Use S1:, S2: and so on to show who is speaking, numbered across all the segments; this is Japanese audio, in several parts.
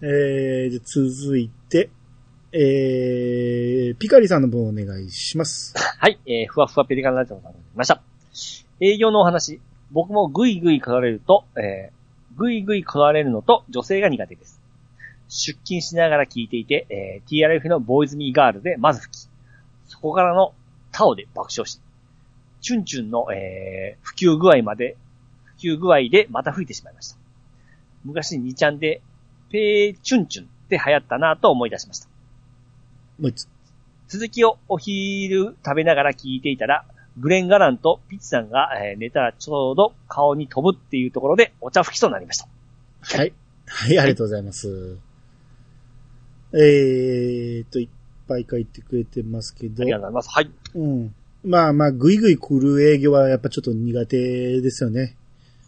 S1: えー、じゃあ続いて、えー、ピカリさんの分お願いします。
S2: はい、えー、ふわふわペリカンラジオさんが来ました。営業のお話。僕もぐいぐい来られると、えー、ぐいぐい来られるのと女性が苦手です。出勤しながら聞いていて、えー、TRF のボーイズミーガールでまず吹き。そこからのタオで爆笑し。チュンチュンの、えー、普及具合まで、普及具合でまた吹いてしまいました。昔2ちゃんで、ペーチュンチュンって流行ったなぁと思い出しました。
S1: もう一つ。
S2: 続きをお昼食べながら聞いていたら、グレン・ガランとピッチさんが、えー寝たらちょうど顔に飛ぶっていうところでお茶吹きとなりました。
S1: はい。はい、ありがとうございます。えーっと、いっぱい書いてくれてますけ
S2: あ
S1: ど
S2: り。がとうございます。はい。
S1: うん。まあまあ、ぐいぐい来る営業はやっぱちょっと苦手ですよね。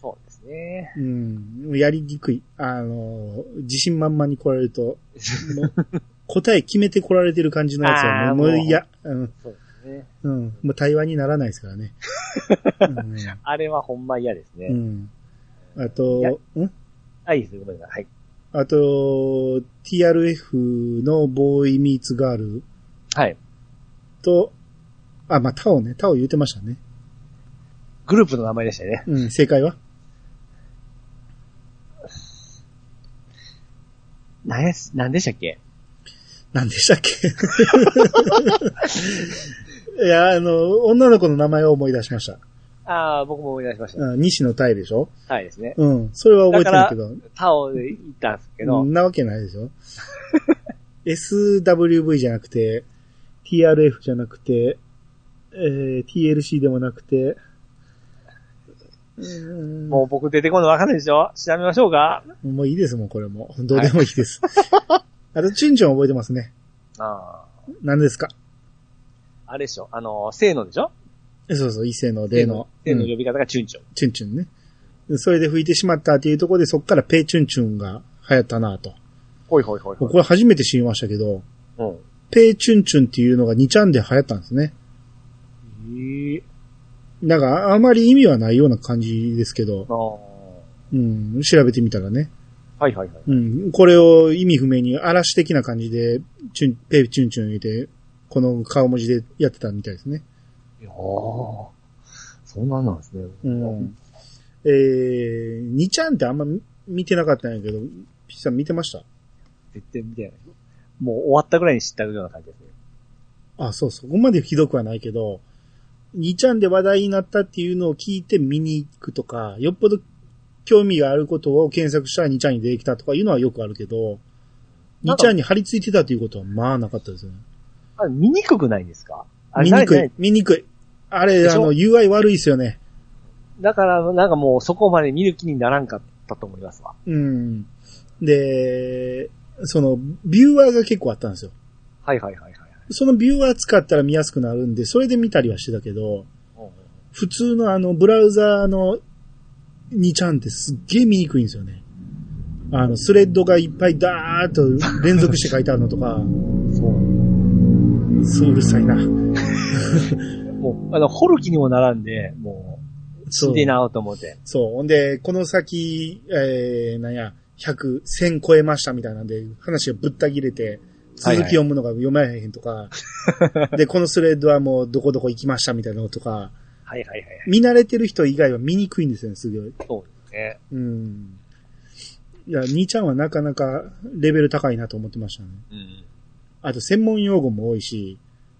S2: そうですね。
S1: うん。やりにくい。あの、自信満々に来られると、も う答え決めて来られてる感じのやつ
S2: あ
S1: はもう、
S2: ー
S1: も
S2: も
S1: う
S2: う
S1: いや、うん、
S2: そうですね。
S1: うん。もう対話にならないです からね。うん
S2: あれはほんま嫌ですね。
S1: うん。あ
S2: いや
S1: と、ん
S2: はい、すいません。はい。
S1: あと、TRF のボーイミーツガール
S2: はい。
S1: と、あ、まあ、タオね。タオ言ってましたね。
S2: グループの名前でしたよね。
S1: うん、正解は
S2: なんやす、なんでしたっけ
S1: 何でしたっけ いや、あの、女の子の名前を思い出しました。
S2: ああ、僕も思い出しまし
S1: うん西野太でしょ
S2: た。はいですね。
S1: うん。それは覚えてるけど。
S2: タオで行ったんですけど、
S1: そんなわけないでしょ ?SWV じゃなくて、TRF じゃなくて、えー、TLC でもなくて、うーん
S2: もう僕出てこんのわかんないでしょ調べましょうか
S1: もういいですもん、これも。どうでもいい です。あと、チュンチュン覚えてますね。
S2: ああ。
S1: 何ですか
S2: あれでしょあの、せーのでしょ
S1: えそうそう、異性の例の、
S2: せー
S1: う
S2: の
S1: ん
S2: 呼び方がチュンチョン。
S1: チュンチュンね。それで拭いてしまったっていうところで、そっからペーチュンチュンが流行ったなと。
S2: ほいほいほいほ
S1: こ
S2: い。
S1: れ初めて知りましたけど、
S2: うん。
S1: ペーチュンチュンっていうのが2ちゃんで流行ったんですね。
S2: ええ
S1: なんか、あまり意味はないような感じですけど、
S2: ああ。
S1: うん、調べてみたらね。
S2: はいはいはい。
S1: うん、これを意味不明に嵐的な感じで、チュン、ペーチュンチュン言って、この顔文字でやってたみたいですね。
S2: いやーそうなんなんですね。
S1: うん。えー、2ちゃんってあんま見てなかったんやけど、ピッチさん見てました
S2: 絶対見てない。もう終わったぐらいに知ったような感じですね。
S1: あ、そう、そこまでひどくはないけど、2ちゃんで話題になったっていうのを聞いて見に行くとか、よっぽど興味があることを検索したら2ちゃんに出てきたとかいうのはよくあるけど、2
S2: なんか
S1: ちゃんに張り付いてたということはまあなかったですね。
S2: あ、見にくくないですかあれ
S1: 見にく
S2: ないい。、
S1: 見にくい。あれ、
S2: で
S1: あ
S2: しょ
S1: の、UI 悪いですよね。
S2: だから、なんかもうそこまで見る気にならんかったと思いますわ。
S1: うん。で、その、ビューアーが結構あったんですよ。
S2: はいはいはいはい。
S1: そのビューアー使ったら見やすくなるんで、それで見たりはしてたけど、
S2: うんうん
S1: 普通のあの、ブラウザーの2ちゃんってすっげえ見にくいんですよね。あの、スレッドがいっぱいダーっと連続して書いてあるのとか、
S2: そう。
S1: そううるさいな。
S2: もう、あの、掘る気にもならんで、もう、死
S1: そ
S2: ん
S1: う。
S2: でなおと思って。
S1: そう。ほんで、この先、えー、なんや、100、1000超えましたみたいなんで、話がぶった切れて、続き読むのが読めへんとか、 で、このスレッドはもうどこどこ行きましたみたいなのとか、
S2: はいはいはいはい。
S1: 見慣れてる人以外は見にくいんですよね、すごい。
S2: そうですね。
S1: うん。いや、兄ちゃんはなかなかレベル高いなと思ってましたね。
S2: うん。
S1: あと、専門用語も多いし、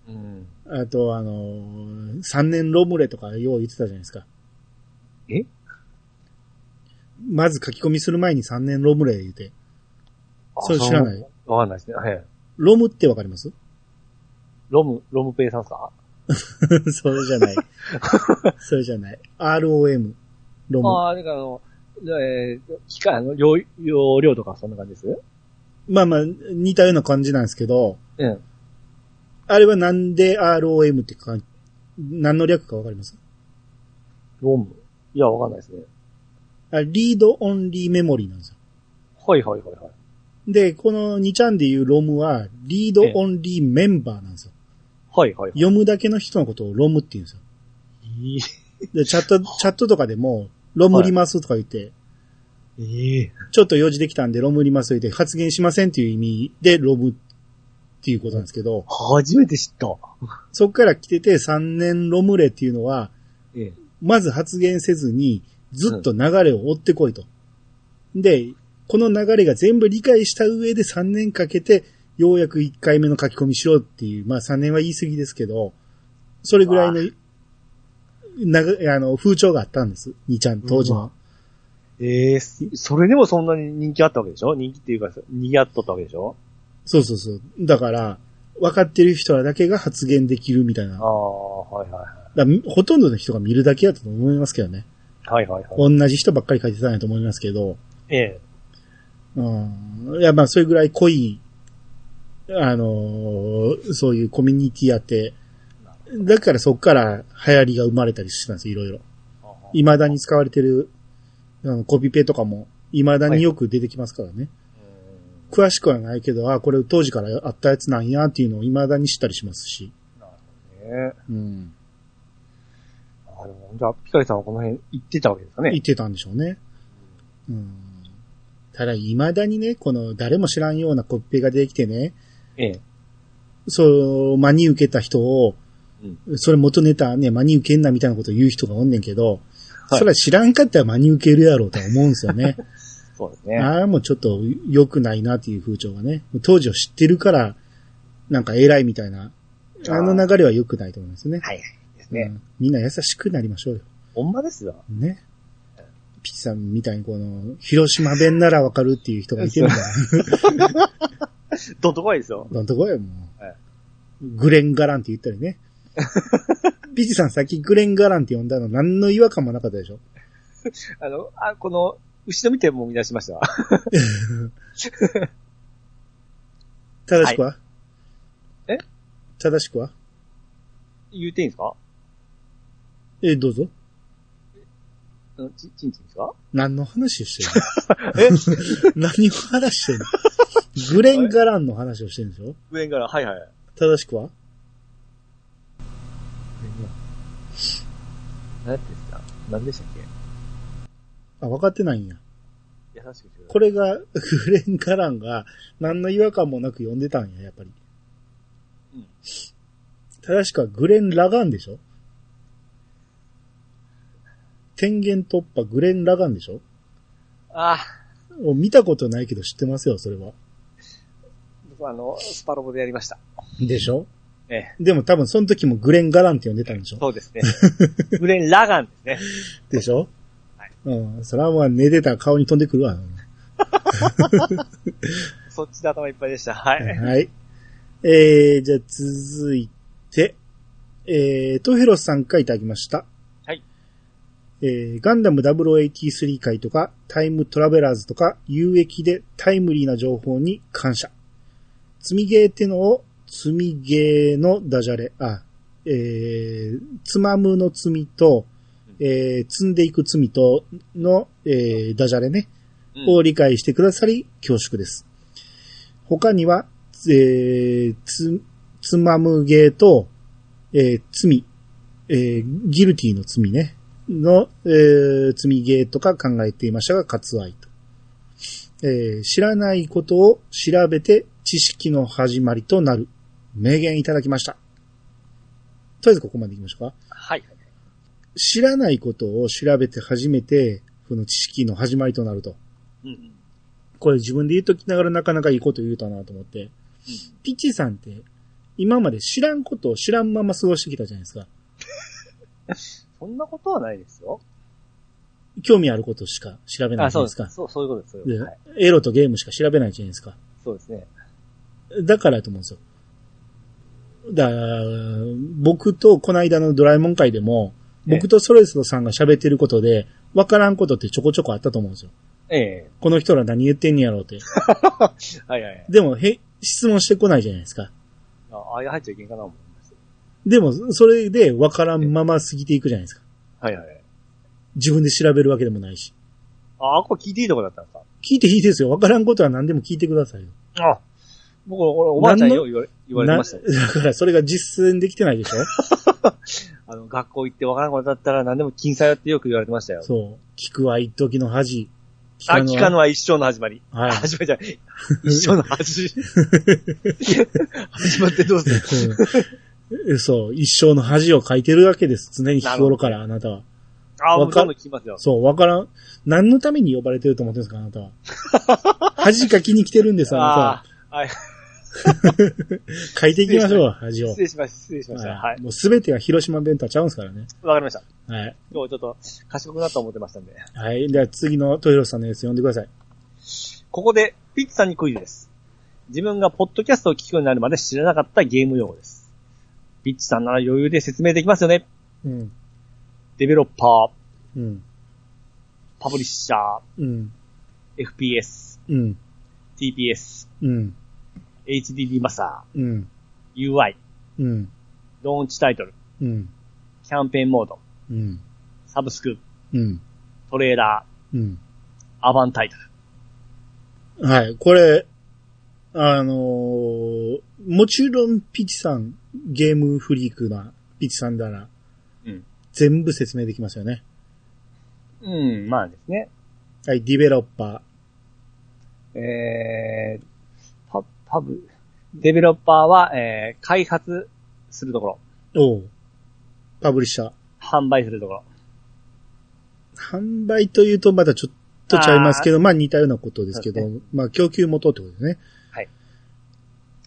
S2: うん。
S1: あと、あのー、三年ロムレとかよう言ってたじゃないですか。
S2: え
S1: まず書き込みする前に三年ロムレ言うて。
S2: あ
S1: それ知らない。
S2: そうわかんないですね。はい。
S1: ロムってわかります
S2: ロム、ロムペイさんですか
S1: それじゃ ない。それじゃない。ROM。ロム。
S2: ああ、なんかあの、えー、機械の容容量とかそんな感じです
S1: まあまあ、似たような感じなんですけど、
S2: うん。
S1: あれはなんで ROM ってか、何の略かわかります
S2: ロムいや、わかんないですね。
S1: あリードオンリーメモリーなんですよ。
S2: はいはいはいはい。
S1: で、この2ちゃんで言うロムは、リードオンリーメンバーなんですよ。
S2: はいはいはい。
S1: 読むだけの人のことをロムって言うんですよ。で、チャット、チャットとかでも、ロムリますとか言って、
S2: ええ
S1: ちょっと用事できたんでロム売りますって発言しませんっていう意味でロムっていうことなんですけど、
S2: 初めて知った。
S1: そっから来てて3年ロムレっていうのは、
S2: ええ
S1: まず発言せずにずっと流れを追ってこいと。で、この流れが全部理解した上で3年かけて、ようやく1回目の書き込みしろっていう、まあ3年は言い過ぎですけど、それぐらいの、ながあの、風潮があったんです。2ちゃん当時
S2: う
S1: の
S2: わ。ええそれでもそんなに人気あったわけでしょ人気っていうか、賑わっとったわけでしょ
S1: そうそうそう。だから、分かってる人らだけが発言できるみたいな。
S2: ああ、はいはいは
S1: だからほとんどの人が見るだけだったと思いますけどね。
S2: い。はいはいはい。
S1: 同じ人ばっかり書いてたんやと思いますけど。
S2: ええ
S1: うん。いや、まあ、それぐらい濃い、あのーそういうコミュニティやって、だからそっから流行りが生まれたりしてたんですよ、いろいろ。未だに使われてる、あの、コピペとかも、未だによく出てきますからね。
S2: うん
S1: 詳しくはないけど、あ、これ当時からあったやつなんやっていうのを未だに知ったりしますし。
S2: ね
S1: うん。
S2: あの、じゃあ、ピカリさんはこの辺行ってたわけですかね
S1: 言。ってたんでしょうね。うん。ただ、未だにね、この誰も知らんようなコピペができてね、
S2: ええ。
S1: そう、真に受けた人を、
S2: う
S1: それ元ネタね、真に受けんなみたいなこと言う人がおんねんけど、
S2: は
S1: そ
S2: い
S1: れは知らんかったら真に受けるやろうとは思うんですよね。
S2: そうです ね。
S1: ああ、もうちょっと良くないなっていう風潮がね。当時を知ってるから、なんか偉いみたいな、あの流れは良くないと思いますね。
S2: はいはい。ですね。
S1: うんみんな優しくなりましょうよ。
S2: ほんまですよ。
S1: ね。ピチさんみたいにこの、広島弁ならわかるっていう人がいてるんだ。
S2: どんとこいですよ。
S1: どんとこや、もう。
S2: はい
S1: グレンガランって言ったり ね。ピチさんさっきグレンガランって呼んだの何の違和感もなかったでしょ。
S2: あの、あ、この、後ろ見ても見出しました。
S1: 正しくは、
S2: え
S1: 正しくは
S2: 言うていいんですか
S1: え、どうぞ。
S2: うんち、ちんちんですか
S1: 何の話を してるの 何を話してるのグレンガランの話をしてるんでしょ
S2: 上縁から、はいはい。
S1: 正しくは
S2: 何やってんですか何でしたっ
S1: あ、分かってないんや。
S2: け優しくしてください
S1: これが、グレンガランが何の違和感もなく読んでたんや、やっぱり。
S2: うん
S1: 正しくはグレン・ラガンでしょ天元突破グレン・ラガンでしょ
S2: あ
S1: もう見たことないけど知ってますよ、それは。
S2: 僕あの、スパロボでやりました。
S1: でしょ
S2: ええ。
S1: でも多分その時もグレン・ガランって呼んでたんでしょ
S2: そう ですね。グレン・ラガンですね。
S1: でしょ
S2: はい
S1: うん。それはまあ寝てたら顔に飛んでくるわ。
S2: そっちで頭いっぱいでした。はい。
S1: はい。えー、じゃあ続いて、えー、トヘロスさんからいただきました。
S2: はい。
S1: えー、ガンダム0083回とか、タイムトラベラーズとか、有益でタイムリーな情報に感謝。積みゲーってのを、積みゲーのダジャレ、あ、えー、つまむの罪と、えー、積んでいく罪との、えー、ダジャレね。
S2: うん
S1: を理解してくださり、恐縮です。他には、えー、つ、つまむゲーと、えー、罪、えー、ギルティの罪ね、の、えー、罪ゲーとか考えていましたが、割愛と。えー、知らないことを調べて知識の始まりとなる。名言いただきました。とりあえずここまで行きましょうか。
S2: はい。
S1: 知らないことを調べて初めて、この知識の始まりとなると。
S2: うんうん。
S1: これ自分で言うときながらなかなかいいこと言うたなと思って。ピッチさんって、今まで知らんことを知らんまま過ごしてきたじゃないですか。
S2: そんなことはないですよ。
S1: 興味あることしか調べない
S2: あ、
S1: じゃないで
S2: そうですす
S1: か。
S2: そう、そういうことですそういう
S1: で
S2: こと。はい。
S1: エロとゲームしか調べないじゃないですか。
S2: そうですね。
S1: だからやと思うんですよ。だ僕とこの間のドラえもん会でも、僕とソレストさんが喋ってることで、わからんことってちょこちょこあったと思うんですよ。
S2: ええ。
S1: この人ら何言ってんねやろうって。
S2: はいはいはい。
S1: でも、へ、質問してこないじゃないですか。
S2: あ、ああ入っちゃいけんかな思いました。
S1: でも、それでわからんまま過ぎていくじゃないですか。
S2: はいはいはい。
S1: 自分で調べるわけでもないし。
S2: あ、これ聞いていいとこだったんですか
S1: 聞いていいですよ。わからんことは何でも聞いてくださいよ。
S2: あ、僕、俺、おばあちゃんによ
S1: 何
S2: う言われ言われてましたよ。
S1: なだ から、それが実践できてないで しょ
S2: あの、学校行ってわからんことだったら何でも金さよってよく言われてましたよ。
S1: そう。聞くは一時の恥。
S2: あ、聞かぬは一生の始まり。
S1: はい
S2: 始まりじゃない。一生の始。 始まってどうする
S1: うん そう、一生の恥をかいてるわけです。常に日頃から、あなたは。
S2: あ、も
S1: わ
S2: う
S1: か
S2: ど
S1: る
S2: んどん聞きますよ。
S1: そう、わからん。何のために呼ばれてると思ってるんですか、あなたは。 恥かきに来てるんです、あなたは
S2: あ。あ、はい。
S1: 書いていきましょう、恥を
S2: 失。礼しました。失礼しました。はい。
S1: もうすべてが広島弁とはちゃうんですからね。
S2: わかりました。
S1: はい。
S2: 今日ちょっと賢くなったと思ってましたんで。
S1: はい。では次のトイロさんのやつ読んでください。
S2: ここで、ピッチさんにクイズです。自分がポッドキャストを聞くようになるまで知らなかったゲーム用語です。ピッチさんなら余裕で説明できますよね。
S1: うん。
S2: デベロッパー、
S1: うん。
S2: パブリッシャ
S1: うん。
S2: ー、FPS、
S1: うん。
S2: TPS、
S1: うん。
S2: HDD マスタ
S1: うん。
S2: ー、UI、
S1: うん。
S2: ローンチタイトル、
S1: うん。
S2: キャンペーンモード、
S1: うん。
S2: サブスク、
S1: うん。
S2: トレーラ
S1: うん。
S2: ー、アバンタイトル。
S1: はい。これ、あのーもちろんピチさん、ゲームフリークなピチさんなら、
S2: うん
S1: 全部説明できますよね。
S2: うん、まあですね。
S1: はい、ディベロッパ
S2: えー、パ、パブ、デベロッパーは、えー、開発するところ、
S1: ーを、パブリッシャー。
S2: 販売するところ。
S1: 販売というとまだちょっとちゃいますけど、まあ似たようなことですけど、
S2: そ
S1: まあ供給元ってことですね。
S2: はい。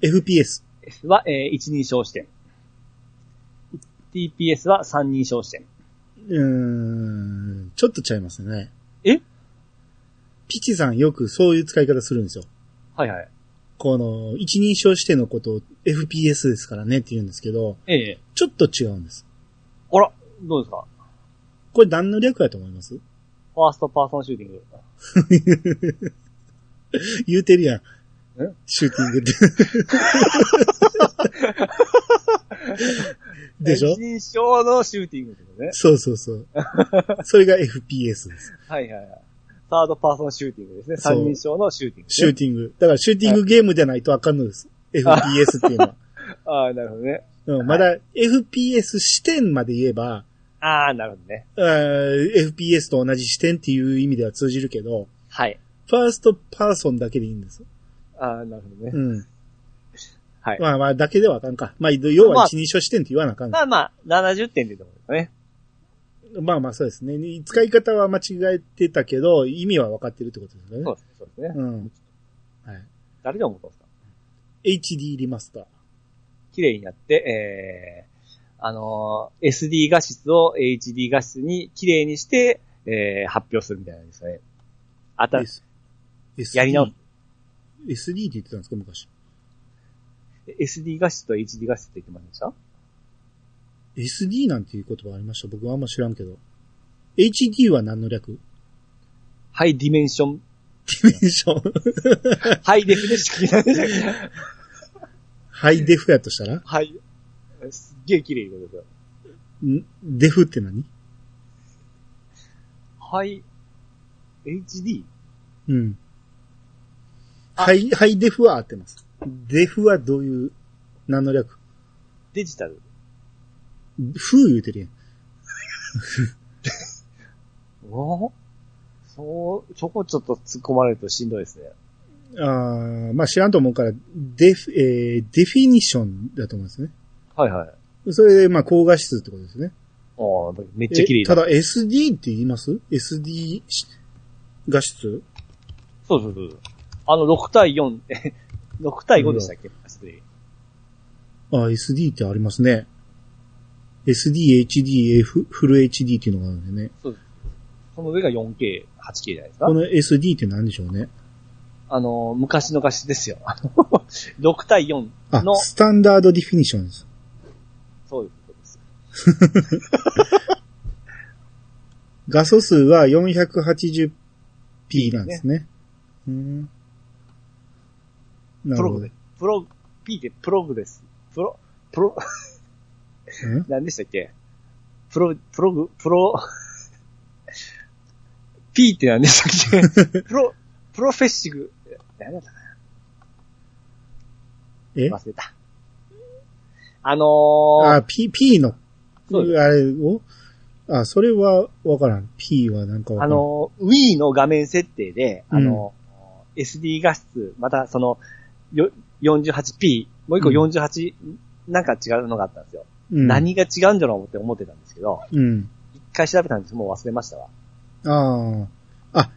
S1: FPS。
S2: S は、えー、一人称視点。TPS は三人称視点。
S1: うーん、ちょっとちゃいますね。
S2: え
S1: ピチさんよくそういう使い方するんですよ。
S2: はいはい。
S1: この、一人称視点のことを FPS ですからねって言うんですけど、
S2: ええ
S1: ちょっと違うんです。
S2: あら、どうですか
S1: これ何の略やと思います
S2: ファーストパーソンシューティング。
S1: 言うてるやん
S2: え。
S1: シューティングって。 でしょ
S2: 一人称のシューティングってことね。
S1: そうそうそう。それが FPS です。
S2: はいはいはい。サードパーソンシューティングですね。
S1: そう
S2: 三人称のシューティング、ね。
S1: シューティング。だからシューティングゲームじゃないとあかんのです。FPS っていうのは。
S2: ああ、なるほどね。
S1: うん、まだ FPS 視点まで言えば、
S2: ああ、なるほどね。
S1: あー FPS と同じ視点っていう意味では通じるけど、
S2: はい。
S1: ファーストパーソンだけでいいんです。
S2: ああ、なるほどね。
S1: うん。
S2: はい
S1: まあまあ、だけではあかんか。まあ、要
S2: まあ
S1: は一人称視点って言わなあかん
S2: まあまあ、70点でところですね。
S1: まあまあそうですね。使い方は間違えてたけど、意味は分かってるってことですよね。
S2: そうですね。そうですね。
S1: うん。は
S2: 誰が思ったんですか
S1: い。HD リマスター。
S2: 綺麗になって、えー、あのー SD 画質を HD 画質に綺麗にして、えー、発表するみたいなんですね。あた、
S1: S- SD
S2: やり直
S1: SD って言ってたんですか、昔。
S2: SD 画質と HD 画質って言ってませんでした
S1: SD なんていう言葉ありました。僕はあんま知らんけど。HD は何の略
S2: ハイディメンシ ョン、
S1: ディメンション。
S2: ハイデフィネッションじゃない ですか。
S1: ハイデフやとしたらん
S2: はい。すっげえ綺麗なことですよ。
S1: デフって何
S2: ハイ、HD?
S1: うん。
S2: あ
S1: ハイ、ハイデフは合ってます。デフはどういう、何の略
S2: デジタル。
S1: フー言うてるやん。
S2: おそう、そこちょっと突っ込まれるとしんどいですね。
S1: あーまあ知らんと思うから、デフ、えー、デフィニションだと思うんですね。
S2: はいはい。あ
S1: それで、まあ、高画質ってことですね。
S2: あ、めっちゃ綺麗
S1: えた
S2: だ。
S1: だ、SD って言います ?SD し画質
S2: そうそうそう。あの、6対4、え、6対5でしたっけ、失礼
S1: あ、SD ってありますね。SD、HD、F、フル HD っていうのがあるんでね。
S2: その上が 4K、8K じゃないです
S1: こ
S2: か。
S1: の SD って何でしょうね。
S2: あの、昔の画質ですよ。あ の6対4
S1: あ
S2: の、、
S1: スタンダードディフィニションです。
S2: そういうことです。
S1: 画素数は 480p なんですね。うん。な
S2: プ
S1: る
S2: ロ
S1: ほ
S2: グ
S1: ど
S2: で。。プロ、P でプログです。プロ、プロ、
S1: うん
S2: 何でしたっけプロ、プログ、プロ、P って何でした っけプロ、プロフェッシグ、何だったか
S1: え
S2: な忘れた。あのー、
S1: あ、P、P の、
S2: そうで
S1: あれをあ、それはわからん。P はなんかわか
S2: あ
S1: らん。、
S2: の、Wii の画面設定で、あの、SD 画質、またその、よ 48P、もう一個
S1: うん
S2: 48、なんか違うのがあったんですよ。
S1: うん、
S2: 何が違うんじゃろうって思ってたんですけど、
S1: うん。
S2: 一回調べたんですもう忘れましたわ。
S1: ああ。あ、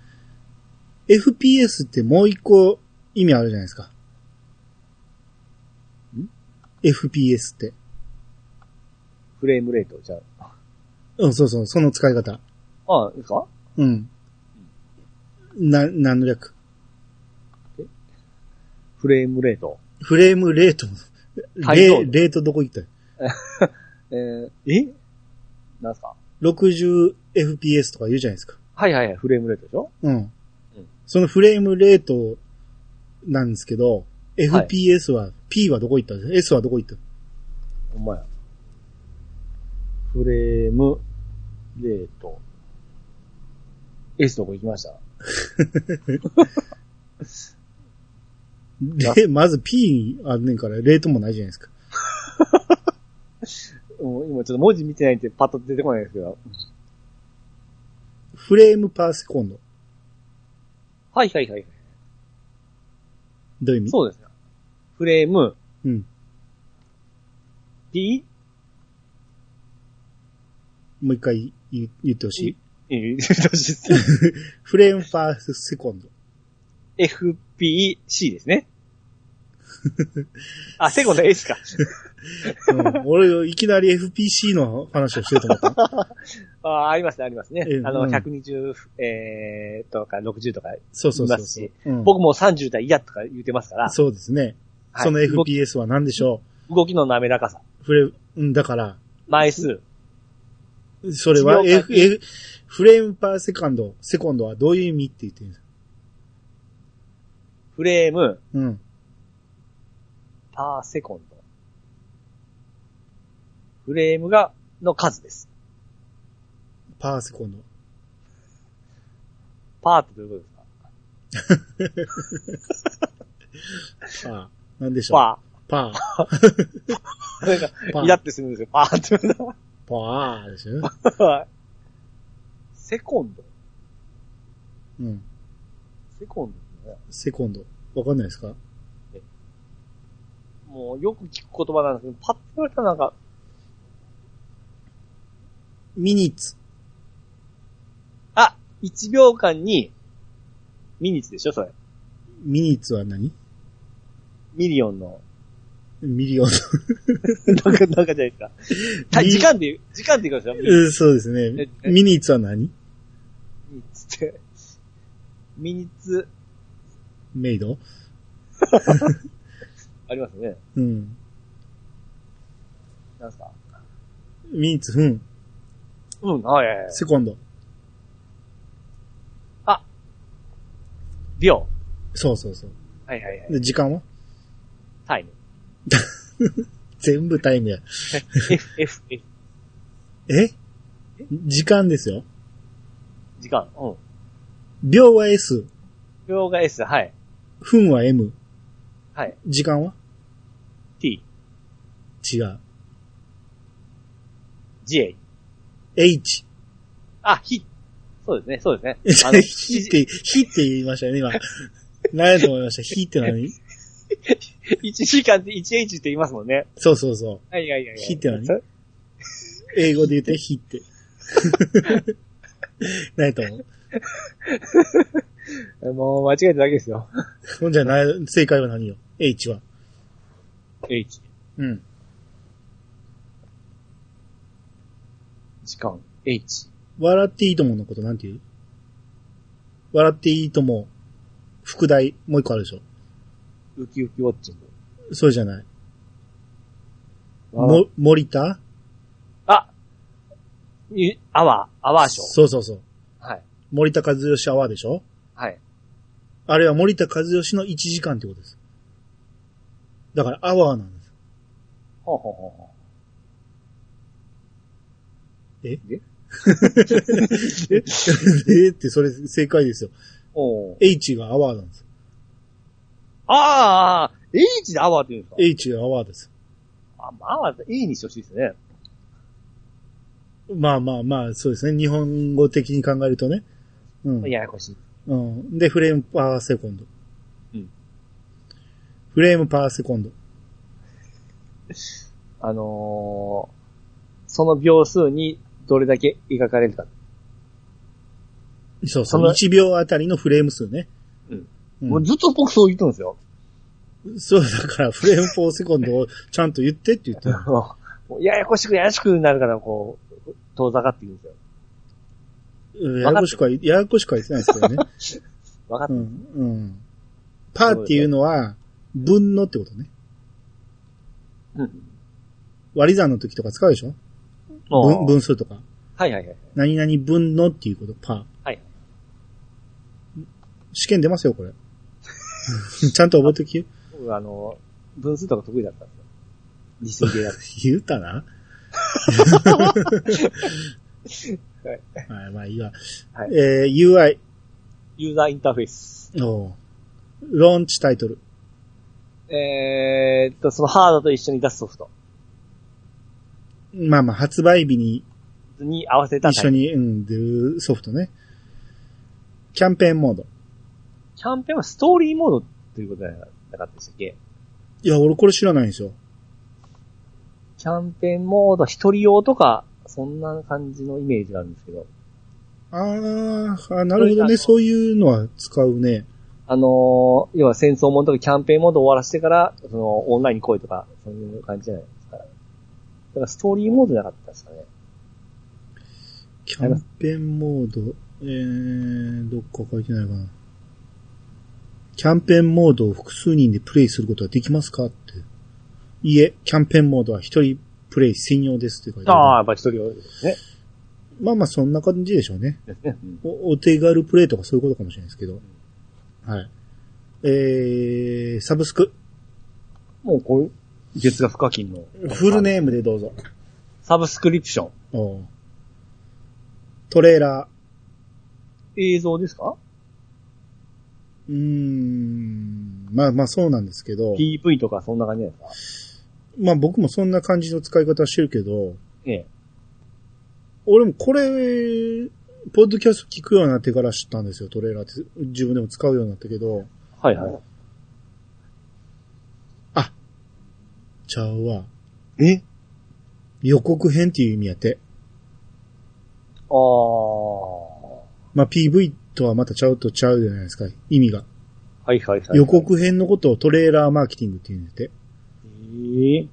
S1: FPS ってもう一個意味あるじゃないですか。FPS って。
S2: フレームレート、じゃあ。
S1: うん、そうそう、その使い方。
S2: ああ、ですか
S1: うん。な、何の略
S2: フレームレート。
S1: フレームレート。
S2: 解像
S1: レ
S2: 度
S1: レートどこ行った
S2: えー、えなんですか
S1: ?60fps とか言うじゃないですか。
S2: はいはいはい、フレームレートでしょ
S1: うん。そのフレームレートなんですけど、
S2: はい
S1: FPS は、P はどこ行った ?S はどこ行った
S2: ほんまや。フレーム、レート。S どこ行きました
S1: で、まず P あんねんから、レートもないじゃないですか。
S2: もう今ちょっと文字見てないんでパッと出てこないですけど。
S1: フレームパーセコンド。
S2: はいはいはい。
S1: どういう意味
S2: そうですね。フレーム、
S1: うん。
S2: P?
S1: もう一回言言ってほしい。
S2: えー、どう し
S1: フレームパーセコンド。
S2: FPC です ね。あ、セコンド S か。
S1: うん、俺、いきなり FPC の話をしてると思った。
S2: ああ、ありますね、ありますね
S1: え。ー
S2: あの、
S1: うん
S2: 120、えー、とか60とか、
S1: そうそうそ
S2: いうます
S1: そう
S2: し、
S1: うん。
S2: 僕も30代嫌とか言ってますから、
S1: そうですね。
S2: はい
S1: その
S2: 動き
S1: FPS は何でしょ
S2: 動きの滑らかさ、
S1: うフレ、うん、だから、
S2: 枚数、
S1: それは
S2: 一秒
S1: F、F、フレームパーセカンド、セコンドはどういう意味って言ってるんですか
S2: フレーム、
S1: うん。
S2: パーセコンド。フレームが、の数です。
S1: パーセコンド。
S2: パーってどういうことですか
S1: パー。なんでしょう
S2: パ
S1: パー。
S2: ー。なんか、
S1: パ
S2: イラ
S1: ー
S2: っ。てするんですよ。パーって。
S1: パーですよね。
S2: セコンド
S1: うん。
S2: セコンドってね
S1: セコンド。わかんないですか
S2: もうよく聞く言葉なんですけど、パッて言われたらなんか、
S1: ミニッツ。
S2: あ !1 秒間に、ミニッツでしょそれ。
S1: ミニッツは何
S2: ミリオンの。
S1: ミリオン。
S2: なんか、なんかじゃないですか。た時間で言う、時間で言うからですよ。
S1: うんそうですね。
S2: え
S1: ミニッツは何
S2: ミニッツって。ミニッツ、
S1: メイド
S2: ありますよね。
S1: うん。
S2: なんすか
S1: ミニッツ、うん。
S2: うん、はいはいはい。
S1: セコンド。
S2: 秒。
S1: そうそうそう。
S2: はいはいはい。
S1: で、時間は
S2: タイム。
S1: 全部タイムや。
S2: F、F、F、
S1: え時間ですよ。
S2: 時間。うん。
S1: 秒は S。
S2: 秒が S、はい。
S1: 分は M。
S2: はい。
S1: 時間は
S2: T、
S1: 違う。
S2: J。
S1: H。
S2: あ、ひ。そうですね、そ うですね。あの、
S1: 火って、火って言いましたよね、今。何やと思いました火って何
S2: 1時間で 1H って言いますもんね。
S1: そうそうそう。
S2: はいはいはい、はい。
S1: ひって何
S2: そ
S1: 英語で言って火って。 何やと思う
S2: もう間違えただけですよ。
S1: ほんじゃない、正解は何よ ?H は。
S2: H。
S1: うん。
S2: 時間。H。
S1: 笑っていいとものことなんて言う笑っていいとも、副題、もう一個あるでしょ
S2: ウキウキウォッチン
S1: それじゃない。
S2: グ。
S1: も、森田
S2: あゆアワー、アワーショ
S1: そうそうそう。
S2: ー。はい。
S1: 森田和義アワーでしょ
S2: はい。
S1: あれは森田和義の1時間ってことです。だからアワーなんです。
S2: ほうほうほうほ
S1: えーってそれ正解ですよ。
S2: う。おー
S1: H がアワーなんです。
S2: あーあー、H でアワーって言うんですか
S1: H がアワーです。
S2: あ、まあ、いいにしてほしいですね。
S1: まあまあまあ、そうですね。日本語的に考えるとね。うん。
S2: ややこしい。
S1: うん、で、フレームパーセコンド。
S2: うん。
S1: フレームパーセコンド。
S2: あのー、その秒数にどれだけ描かれるか。
S1: そう
S2: そ
S1: そ
S2: の
S1: う。1秒あたりのフレーム数ね。
S2: うん
S1: うん。
S2: もうずっと僕そう言ってるんですよ。
S1: そう、だから、フレームパーセコンドをちゃんと言ってって言 ってる。
S2: もうややこしくややこしくなるから、こう、遠ざかっていくんですよ。
S1: うんややこしくは、ややこしくは言ってないですけどね。
S2: 分かっ
S1: う
S2: て、
S1: ん。うん。パーっていうのは、分のってことね。
S2: うん。
S1: 割り算の時とか使うでしょ
S2: も
S1: 分
S2: う
S1: 分数とか。
S2: はいはいはい。
S1: 何々分のっていうこと、パー。
S2: はい。
S1: 試験出ますよ、これ。 ちゃんと覚えておき よ
S2: 僕あの、分数とか得意だったんですよ。理数系 だっ
S1: 言うた な
S2: はい
S1: はい、まあいいわ。
S2: はい
S1: えー UI。
S2: た。ユーザーインターフェース。
S1: おうローンチタイトル。
S2: えーっと、そのハードと一緒に出すソフト
S1: まあまあ、発売日に
S2: に合わせた
S1: 一緒
S2: に。
S1: に、うん、出るソフトね。キャンペーンモード。
S2: キャンペーンはストーリーモードということじゃなかったでしたっけ
S1: いや、俺これ知らないんですよ。
S2: キャンペーンモード一人用とか、そんな感じのイメージなんですけど。
S1: あーあ、なるほどね。
S2: そ
S1: そういうのは使うね。
S2: あのー要は戦争もんとかキャンペーンモード終わらせてから、その、オンラインに来いとか、そういう感じじゃないですか。だからストーリーモードじゃなかったですかね。
S1: キャンペーンモード。えー、どっか書いてないかな。キャンペーンモードを複数人でプレイすることはできますかって。いえ、キャンペーンモードは一人プレイ専用ですって書いて
S2: ああ、
S1: ある。
S2: やっぱ一人用ですね。
S1: まあまあそんな感じでしょうね。
S2: ですね。うん
S1: おお手軽プレイとかそういうことかもしれないですけど。はい。えー、サブスク。
S2: もうこういう、月額課金の。
S1: フルネームでどうぞ。
S2: サブスクリプション。
S1: おうトレーラー。
S2: 映像ですか
S1: うーん。まあまあそうなんですけど。
S2: ?PV とかそんな感じじゃないですか
S1: まあ僕もそんな感じの使い方してるけど、
S2: ええ。
S1: 俺もこれ、ポッドキャスト聞くようになってから知ったんですよ、トレーラーって。自分でも使うようになったけど、
S2: はいは
S1: ちゃうわ。
S2: い。え
S1: 予告編っていう意味やって。
S2: ああ。
S1: まあ PV とはまたちゃうとちゃうじゃないですか、意味が。
S2: はいはいはい。
S1: 予告編のことをトレーラーマーケティングっていうんやって。
S2: ええ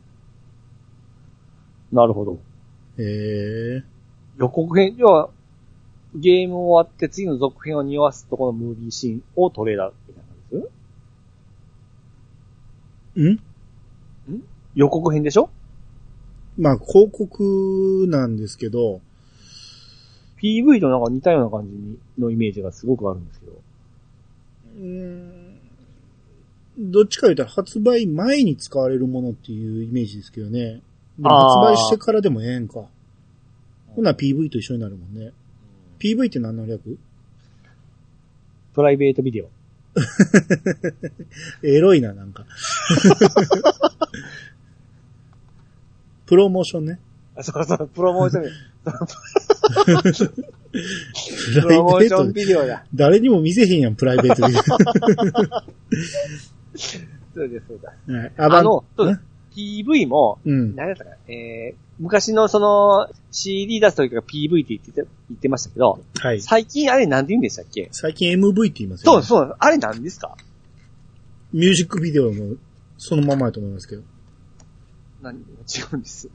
S2: なるほど。
S1: えー、
S2: 予告編、要は、ゲーム終わって次の続編を匂わすとこのムービーシーンをトレーラーみたいな感じです
S1: ん
S2: 予告編でしょ
S1: まあ広告なんですけど、
S2: ?PV となんか似たような感じにのイメージがすごくあるんですけど。
S1: うーんどっちか言うたら発売前に使われるものっていうイメージですけどね。でも
S2: あー
S1: 発売してからでもええんか。ほな PV と一緒になるもんね。PV って何の略
S2: プライベートビデオ。
S1: エロいな、 なんか。プロモーションね。
S2: あ、そう そう、プロモーション。
S1: プ
S2: プロモ
S1: ラ
S2: ー
S1: イ
S2: シ
S1: ベ
S2: ョ
S1: ー
S2: ン
S1: ト。
S2: ビデオだ。
S1: 誰にも見せへんやん、プライベート ビデ
S2: そうです、そうです。
S1: オはい。アバ
S2: あ
S1: ン
S2: の、そうで
S1: ね
S2: す。PV も、
S1: うん。
S2: 何だったかな、えー、昔のその CD 出す時から PV って言ってて言ってましたけど、
S1: はい。
S2: 最近あれなんて言うんでしたっけ
S1: 最近 MV って言いますよ、
S2: そうそう、あれなんですか
S1: ミュージックビデオのそのままやと思いますけど。
S2: 何違うんです。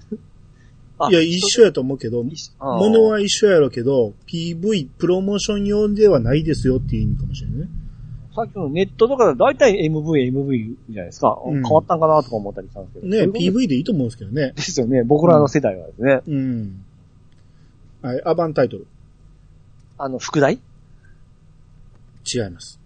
S2: あ
S1: いや、一緒やと思うけど、
S2: 一緒あー
S1: ものは一緒やろうけど、PV、プロモーション用ではないですよっていう意味かもしれないね。
S2: さっきのネットとかだと大体 MV、MV じゃないですか。
S1: うん
S2: 変わったんかなとか思ったりしたんですけど。
S1: ね、
S2: そういうこと
S1: PV でいいと思うんですけどね。
S2: ですよね。僕らの世代はですね。
S1: うん。はい、アバンタイトル。
S2: あの、副題
S1: 違います。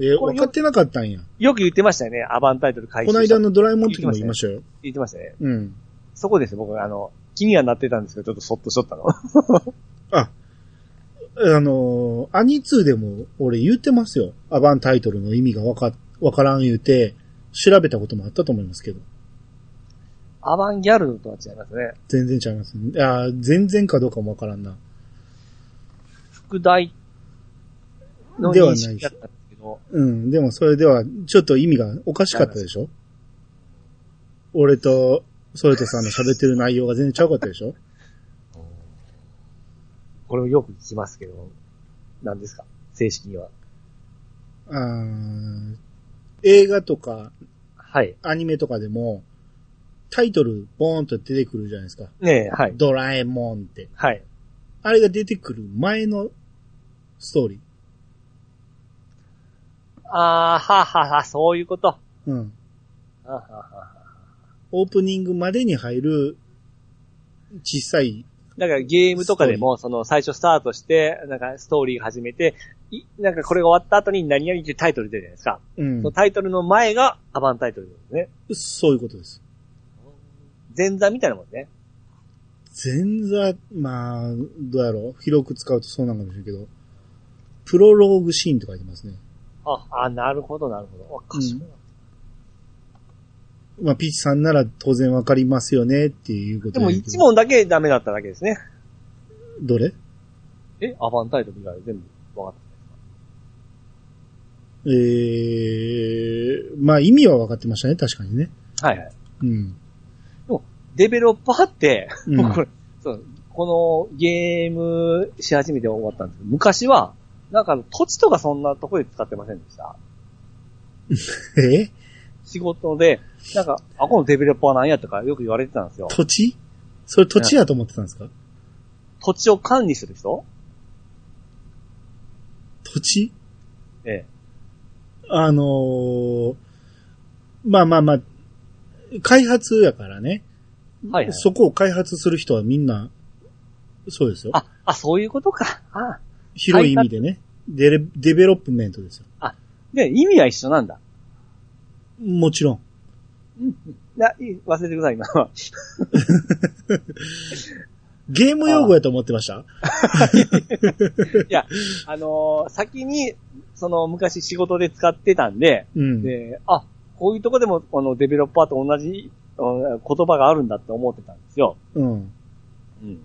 S1: えー、
S2: これ
S1: 分かってなかったんや。
S2: よく言ってましたよね。アバンタイトル開始
S1: こ
S2: した
S1: の間のドラえもんの時も言いましたよ。
S2: 言ってましたね。
S1: うん。
S2: そこです僕、あの、気にはなってたんですけど、ちょっとそっとしとったの。
S1: あ、あのーアニツーでも俺言ってますよ。アバンタイトルの意味がわか、わからん言うて、調べたこともあったと思いますけど。
S2: アバンギャルドとは違いますね。
S1: 全然違いますね。いやー全然かどうかもわからんな。
S2: 副題の
S1: ではな
S2: 認
S1: いです
S2: 識だったんですけど、
S1: うん。でもそれでは、ちょっと意味がおかしかったでしょ俺と、ソルトさんの喋ってる内容が全然違うかったでしょ
S2: これをよく聞きますけど、何ですか正式には。
S1: あー映画とか
S2: はい。
S1: アニメとかでも、タイトルボーンと出てくるじゃないですか。
S2: ねえ、はい。
S1: ドラえもんって。
S2: はい。
S1: あれが出てくる前のストーリー。
S2: あー、ははは、そういうこと。
S1: うん。
S2: あはは。
S1: オープニングまでに入る小さい、
S2: だからゲームとかでも、その最初スタートして、なんかストーリー始めて、いなんかこれが終わった後に何々ってタイトル出るじゃないですか。
S1: うん
S2: その。タイトルの前がアバンタイトルですね。
S1: そういうことです。
S2: 前座みたいなもんね。
S1: 前座、まあ、どうやろう広く使うとそうなのかもしれんけど、プロローグシーンと書いてますね。
S2: あ、あ、なるほど、なるほど。あ、賢いな
S1: まあ、ピーチさんなら当然わかりますよねっていうこと
S2: でも
S1: やけど
S2: 一。問だけダメだっただけですね。
S1: どれ
S2: え、アバンタイトル以外全部分かっ
S1: ええまあ意味は分かってましたね、確かにね。
S2: た。はいはい。
S1: うん。
S2: デベロッパーって、
S1: う
S2: こ
S1: ん、
S2: れそうこのゲームし始めて終わったんですけど、昔は、なんか土地とかそんなとこで使ってませんでした。
S1: え
S2: 仕事で、なんか、あ、このデベロッパーは何やったかよく言われてたんですよ。
S1: 土地それ土地やと思ってたんですか
S2: 土地を管理する人
S1: 土地
S2: ええ。
S1: あのーまあまあまあ、開発やからね。
S2: はい、はい。
S1: そこを開発する人はみんな、そうですよ。
S2: あ、あ、そういうことか。あ
S1: 広い意味でね。デレデベロップメントですよ。
S2: で、意味は一緒なんだ。
S1: もちろん。
S2: ないい忘れてください、今は。
S1: ゲーム用語やと思ってました
S2: あのー先に、その、昔仕事で使ってたんで、
S1: うん。
S2: で、あ、こういうとこでも、このデベロッパーと同じうん言葉があるんだって思ってたんですよ。
S1: うん。
S2: うん。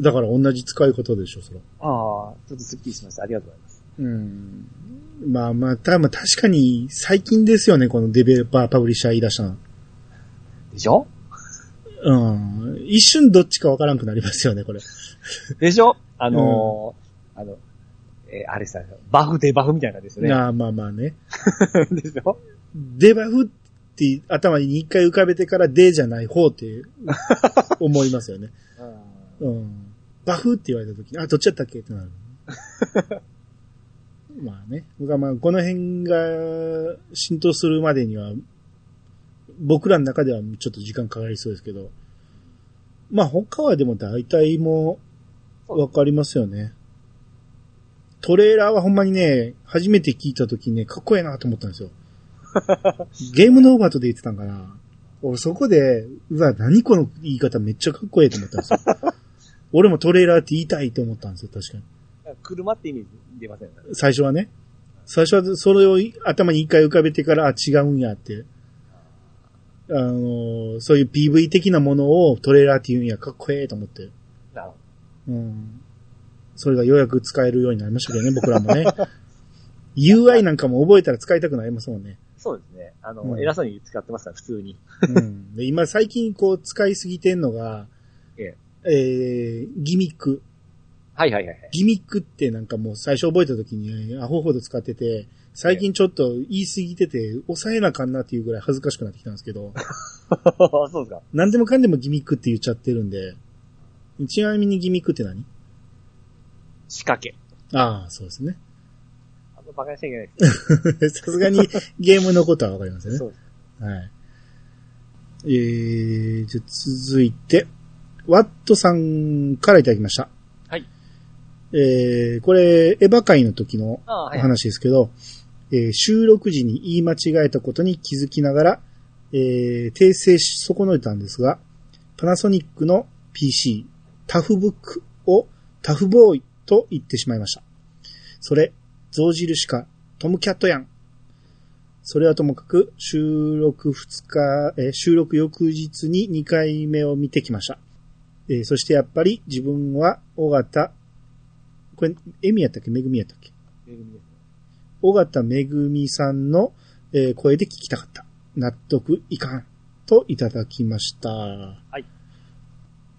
S1: だから同じ使い方でしょ、それ。
S2: ああ、ちょっとスッキリしました。ありがとうございます。
S1: うん。まあまあ、たまあ確かに最近ですよね、このデベロッパー、パブリッシャー言い出したの。
S2: でしょ
S1: うん。一瞬どっちかわからんくなりますよね、これ。
S2: でしょあのーあの、えーあれさ、バフデバフみたいな感じですよね。
S1: ああまあまあね。
S2: でしょ
S1: デバフって頭に一回浮かべてからデじゃない方っていう思いますよね。
S2: うん
S1: うん。バフって言われた時に、あ、どっちだったっけってなる。 まあね。僕はまあ、この辺が浸透するまでには、僕らの中ではちょっと時間かかりそうですけど、まあ他はでも大体もうわかりますよね。トレーラーはほんまにね、初めて聞いた時ね、かっこええなと思ったんですよ。ゲームのオーバートで言ってたんかな。俺そこで、うわ、何この言い方めっちゃかっこええと思ったんですよ。俺もトレーラーって言いたいと思ったんですよ、確かに。
S2: 車って意味出ません、
S1: 最初はね。最初はそれを頭に一回浮かべてから、あ、違うんやって。あのーそういう PV 的なものをトレーラーって言うんや、かっこええと思って。
S2: なるほど
S1: うん。それがようやく使えるようになりましたけどね、僕らも ね。UI なんかも覚えたら使いたくなりますもんね。
S2: そうですね。あの、
S1: うん
S2: 偉そうに使ってますから、普通に。
S1: うん。で今最近こう使いすぎてんのが、
S2: え
S1: えーギミック。
S2: はいはいはいはい。
S1: ギミックってなんかもう最初覚えた時にアホほど使ってて、最近ちょっと言い過ぎてて、抑えなあかんなっていうぐらい恥ずかしくなってきたんですけど、
S2: そうですか。
S1: 何でもかんでもギミックって言っちゃってるんで、ちなみにギミックって何
S2: 仕掛け。
S1: ああ、そうですね。
S2: あんま馬鹿にしちゃいけないで
S1: さすがにゲームのことはわかります
S2: す。
S1: よね
S2: そ。うです。
S1: はい。えー、じゃあ続いて、ワットさんからいただきました。
S2: はい。
S1: えー、これ、エヴァ会の時の
S2: ああ、
S1: お
S2: はい、はい。
S1: 話ですけど、えー収録時に言い間違えたことに気づきながら、えー訂正し損ねたんですが、パナソニックの PC、タフブックをタフボーイと言ってしまいました。それ、象印か、トムキャットやん。それはともかく、収録2日、えー収録翌日に2回目を見てきました。えーそしてやっぱり自分は、尾形、これ、エミやったっけめぐみやったっけ
S2: めぐみです。
S1: 尾形めぐみさんの、えー声で聞きたかった。納得いかん。といただきました。はい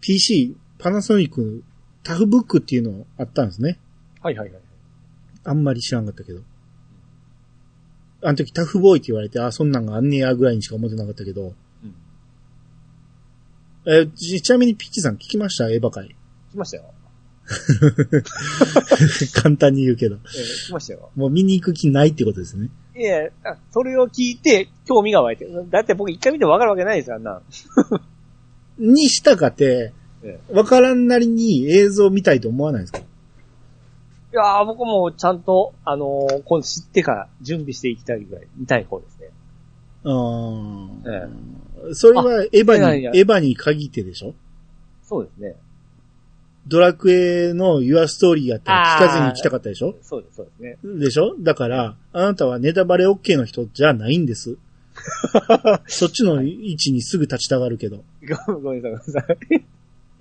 S1: PC、パナソニック、タフブックっていうのあったんですね。
S2: はいはいはい。
S1: あんまり知らんかったけど。あの時タフボーイって言われて、あ、そんなんがあんねやぐらいにしか思ってなかったけど。
S2: うん
S1: えーち、ちなみにピッチさん聞きましたエヴァ会。
S2: 来ましたよ。
S1: 簡単に言うけど。
S2: えー来ましたよ。
S1: もう見に行く気ないってことですね。
S2: いや、あそれを聞いて興味が湧いてる。だって僕一回見てもわかるわけないですよ、あんな。
S1: にしたかて
S2: え、
S1: わからんなりに映像見たいと思わないですか
S2: いやー、僕もちゃんと、あのー今度知ってから準備していきたいぐらい、見たい方ですね。
S1: ああ、それはエヴ
S2: いや
S1: ァ
S2: い
S1: に、
S2: や
S1: エヴァに限ってでしょ
S2: そうですね。
S1: ドラクエの Your Story やったら聞かずに行きたかったでしょ
S2: そうです、そうですね。
S1: でしょだから、あなたはネタバレ OK の人じゃないん です。そっちの位置にすぐ立ちたがるけど。
S2: ごごめんなさい、ごめんなさ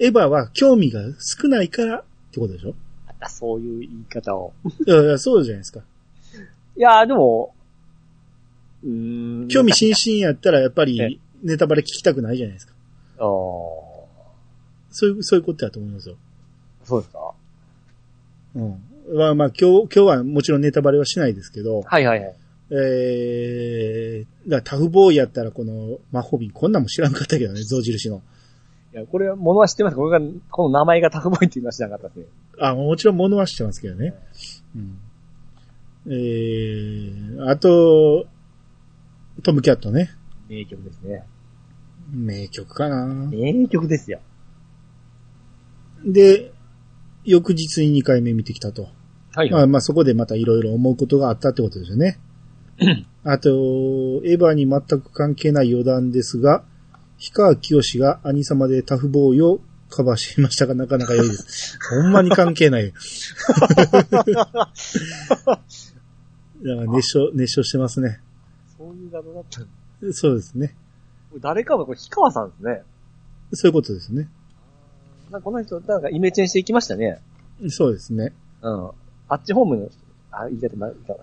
S2: い。
S1: エヴァは興味が少ないからってことでしょ
S2: あったそういう言い方を。
S1: いやいや、そうじゃないですか。
S2: いやー、でも、うーん。
S1: 興味津々やったらやっぱ
S2: え
S1: りネタバレ聞きたくないじゃないですか。
S2: あー
S1: そういう、そういうことだと思いますよ。
S2: そうですか
S1: うん。まあまあ、今日、今日はもちろんネタバレはしないですけど、
S2: はいはいはい。
S1: えー、だからタフボーイやったらこのマホビン、こんなんも知らんかったけどね、象印の。
S2: いや、これは、ものは知ってます。これが、この名前がタフボーイって言いましなかったですね。
S1: あ、もちろん物はしてますけどね。うん。えー、あと、トムキャットね。
S2: 名曲ですね。
S1: 名曲かな
S2: 名曲ですよ。
S1: で、翌日に2回目見てきたと。
S2: はい
S1: ま
S2: は
S1: あ
S2: い。
S1: まあそこでまたいろいろ思うことがあったってことですよね。あと、エヴァに全く関係ない余談ですが、氷川きよしが兄様でタフボーイをカバーしていましたが、なかなか良いです。ほんまに関係ない。だから熱唱、熱唱してますね。
S2: そういう画像だったんだ
S1: そうですね。
S2: 誰かは、これ、氷川さんですね。
S1: そういうことですね。
S2: なんかこの人、なんかイメチェンしていきましたね。
S1: そうですね。
S2: うん。あっちホームの、あ、言い方ないかな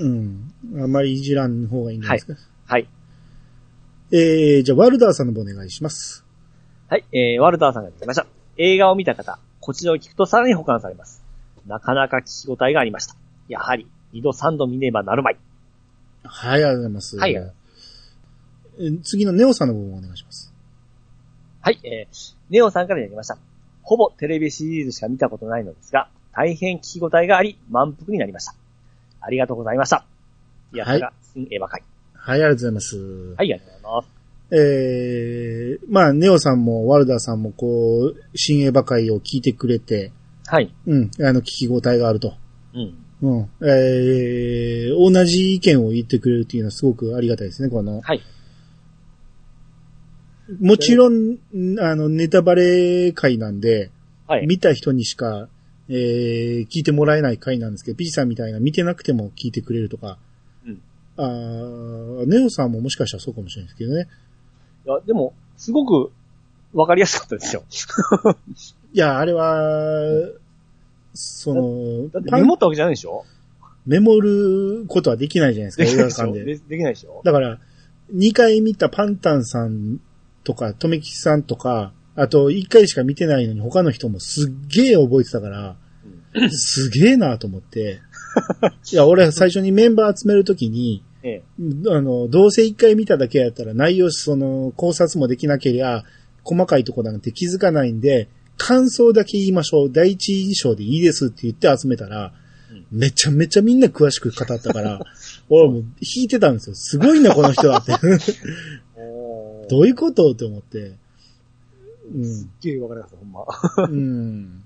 S1: うん。あまりいじらん方がいいんじゃないですか。
S2: はい。
S1: えー、じゃあ、ワルダーさんの方お願いします。
S2: はい、えー、ワルダーさんが出てきました。映画を見た方、こちらを聞くとさらに保管されます。なかなか聞き応えがありました。やはり、二度三度見ねばなるまい。
S1: はい、ありがとうございます。
S2: はい
S1: えー次のネオさんの方お願いします。
S2: はい、えー、ネオさんから出てきました。ほぼテレビシリーズしか見たことないのですが、大変聞き応えがあり、満腹になりました。ありがとうございました。いや、
S1: はい
S2: が、新エヴァ会。
S1: はい、ありがとうございます。
S2: はい、ありがとうございます。
S1: えー、まあ、ネオさんもワルダーさんもこう、新エヴァ会を聞いてくれて、
S2: はい。
S1: うん、あの、聞き応えがあると。
S2: うん。
S1: うん。えー、同じ意見を言ってくれるっていうのはすごくありがたいですね、この。
S2: はい。
S1: もちろん、んあの、ネタバレ会なんで、
S2: はい。
S1: 見た人にしか、えー聞いてもらえない回なんですけど、ピーさんみたいな見てなくても聞いてくれるとか、
S2: うん
S1: あーネオさんももしかしたらそうかもしれないですけどね。
S2: いや、でも、すごく、わかりやすかったですよ。
S1: いや、あれは、その
S2: だっ、て
S1: パン
S2: メモったわけじゃないでしょ
S1: メモることはできないじゃないですか、
S2: でき
S1: 映
S2: な
S1: 画
S2: い でしょ
S1: 館で。
S2: でできないでしょ
S1: だから、2回見たパンタンさんとか、とめきさんとか、あと1回しか見てないのに他の人もすっげえ覚えてたから、すげえなと思って。いや、俺最初にメンバー集めるときに、
S2: ええ。
S1: あの、どうせ一回見ただけやったら内容、その、考察もできなけりゃ、細かいとこなんて気づかないんで、感想だけ言いましょう。第一印象でいいですって言って集めたら、めちゃめちゃみんな詳しく語ったから、俺もう引いてたんですよ。すごいな、この人はって。
S2: おー
S1: どういうことって思って。うん
S2: す。っげえわかりやすい、ほんま。
S1: うん。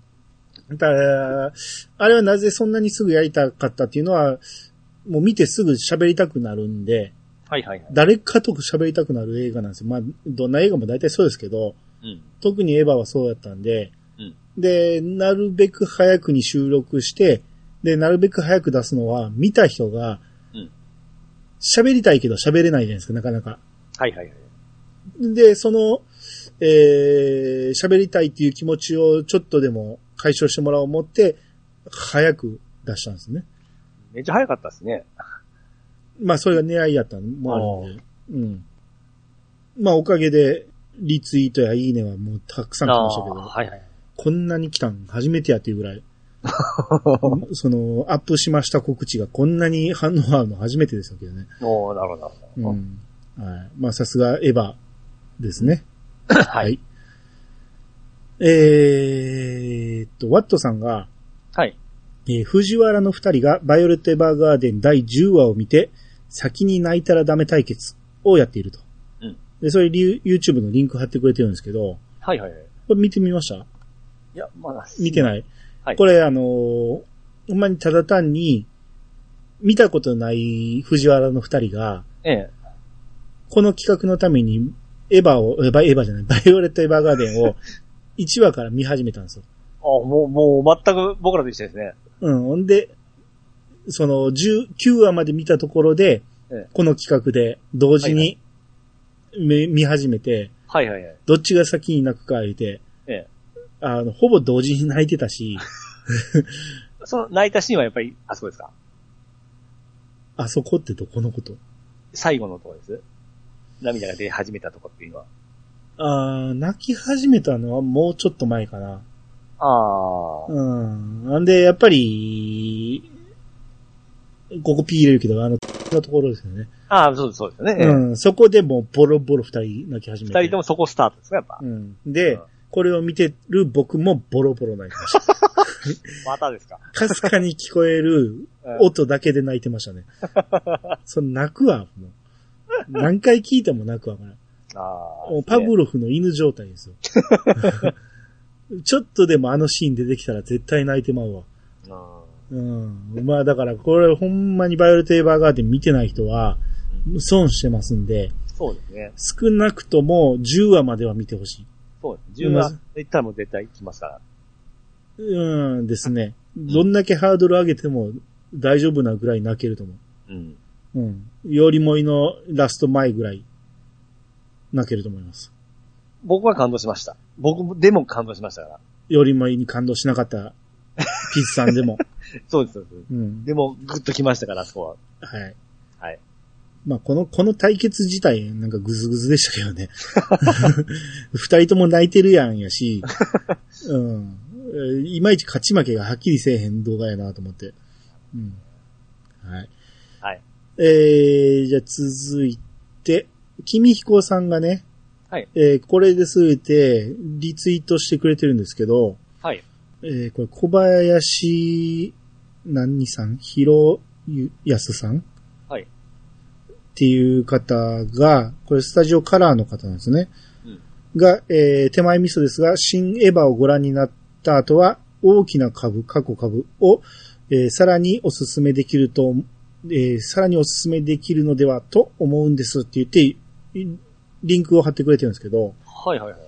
S1: だから、あれはなぜそんなにすぐやりたかったっていうのは、もう見てすぐ喋りたくなるんで、
S2: はいはいはい。
S1: 誰かと喋りたくなる映画なんですよ。まあ、どんな映画も大体そうですけど、
S2: うん。
S1: 特にエヴァはそうだったんで、
S2: うん
S1: で、なるべく早くに収録して、で、なるべく早く出すのは、見た人が、
S2: うん
S1: 喋りたいけど喋れないじゃないですか、なかなか。
S2: はいはいはい。
S1: で、その、えー、喋りたいっていう気持ちをちょっとでも解消してもらおう思って、早く出したんですね。
S2: めっちゃ早かったですね。
S1: まあ、それが狙いやったのもあるんで。うん。まあ、おかげで、リツイートやいいねはもうたくさん来ましたけ
S2: あー
S1: ど、
S2: はい はい。
S1: こんなに来たん初めてやっていうぐらい、その、アップしました告知がこんなに反応あるの初めてですけどね。
S2: おおなるほどなるほ
S1: う
S2: ど。
S1: ん。はい。まあ、さすがエヴァですね。
S2: は
S1: はい
S2: い。
S1: えーっと、ワットさんが、
S2: はい。
S1: えー藤原の二人がバイオレット・エヴァーガーデン第10話を見て、先に泣いたらダメ対決をやっていると。
S2: うん
S1: で、それ理由 YouTube のリンク貼ってくれてるんですけど、
S2: はいはいはい。
S1: これ見てみました
S2: いや、まだ。
S1: 見て
S2: い。
S1: ない。
S2: はい
S1: これあのーほんまにただ単に、見たことない藤原の二人が、
S2: ええ。
S1: この企画のために、エヴァを、えバイエヴァじゃない、バイオレット・エヴァーガーデン を1話から見始めたんですよ。
S2: あもう、もう、全く僕らと一緒ですね。
S1: うん。ほんで、その、19話まで見たところで、
S2: ええ
S1: この企画で、同時に、め見始めて、
S2: はいはいはい。
S1: どっちが先に泣くか言うて、
S2: ええ。
S1: あの、ほぼ同時に泣いてた し、
S2: その泣いたシーンはやっぱり、あそこですか
S1: あそこってどこのこと
S2: 最後のところです。涙が出始めたとこっていうのは。
S1: あー泣き始めたのはもうちょっと前かな。
S2: ああ。
S1: うん。なんで、やっぱり、ここ P 入れるけど、あの、のところですよね。
S2: ああ、そうです、そうですよね。ええ
S1: うん。そこでもうボロボロ二人泣き始めて。
S2: 二人ともそこスタートですね、やっぱ。
S1: うん。
S2: う
S1: で
S2: ん、
S1: これを見てる僕もボロボロ泣いてました。
S2: またですか。
S1: かすかに聞こえる
S2: うん
S1: 音だけで泣いてましたね。その泣くわ、もう。何回聞いても泣くわ、これ。
S2: ああ。
S1: もうパブロフの犬状態ですよ。ちょっとでもあのシーン出てきたら絶対泣いてまうわ。
S2: うん
S1: うん。まあだから、これほんまにバイオレット・エヴァーガーデン見てない人は、損してますんで、
S2: そうですね。
S1: 少なくとも10話までは見てほしい。
S2: そうです。10話いったらもう絶対来ますから。
S1: うんですね。どんだけハードル上げても大丈夫なぐらい泣けると思
S2: うん。
S1: う。うん。よりもいのラスト前ぐらい泣けると思います。
S2: 僕は感動しました。僕もでも感動しましたから。
S1: よりもいに感動しなかったピースさんでも。
S2: そうです、そうです。
S1: うん。
S2: でも、グッと来ましたから、あそこは。
S1: はい。
S2: はい。
S1: まあ、この、この対決自体、なんかグズグズでしたけど ね。二人とも泣いてるやんやし、 うん。えーいまいち勝ち負けがはっきりせえへん動画やなと思って。うん。はい。
S2: はい。
S1: えー、じゃあ続いて、君彦さんがね、
S2: はい。
S1: えーこれですべて、リツイートしてくれてるんですけど、
S2: はい。
S1: えーこれ、小林、何さんひろゆやすさん
S2: はい
S1: っていう方が、これ、スタジオカラーの方なんですね。
S2: うん
S1: が、えー手前味噌ですが、新エヴァをご覧になった後は、大きな株、過去株を、えーさらにおすすめできると、えーさらにおすすめできるのではと思うんですって言って、いリンクを貼ってくれてるんですけど、
S2: はいはいはい。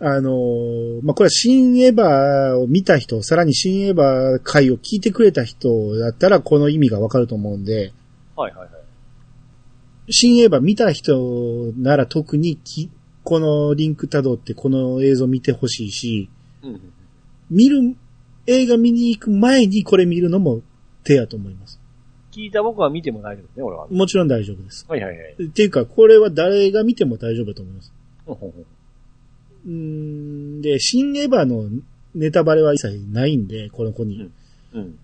S1: あのーまあ、これは新エヴァを見た人、さらに新エヴァ回を聞いてくれた人だったら、この意味がわかると思うんで、
S2: はいはいはい。
S1: 新エヴァ見た人なら特にき、このリンク辿ってこの映像見てほしいし、
S2: うんうん。
S1: 見る、映画見に行く前にこれ見るのも手やと思います。
S2: 聞いた僕は見ても大丈夫ですね、俺は。
S1: もちろん大丈夫です。
S2: はいはいはい。
S1: っていうか、これは誰が見ても大丈夫だと思います。
S2: ほんほんほん
S1: うーん、で、新エヴァのネタバレは一切ないんで、この子に。
S2: うん。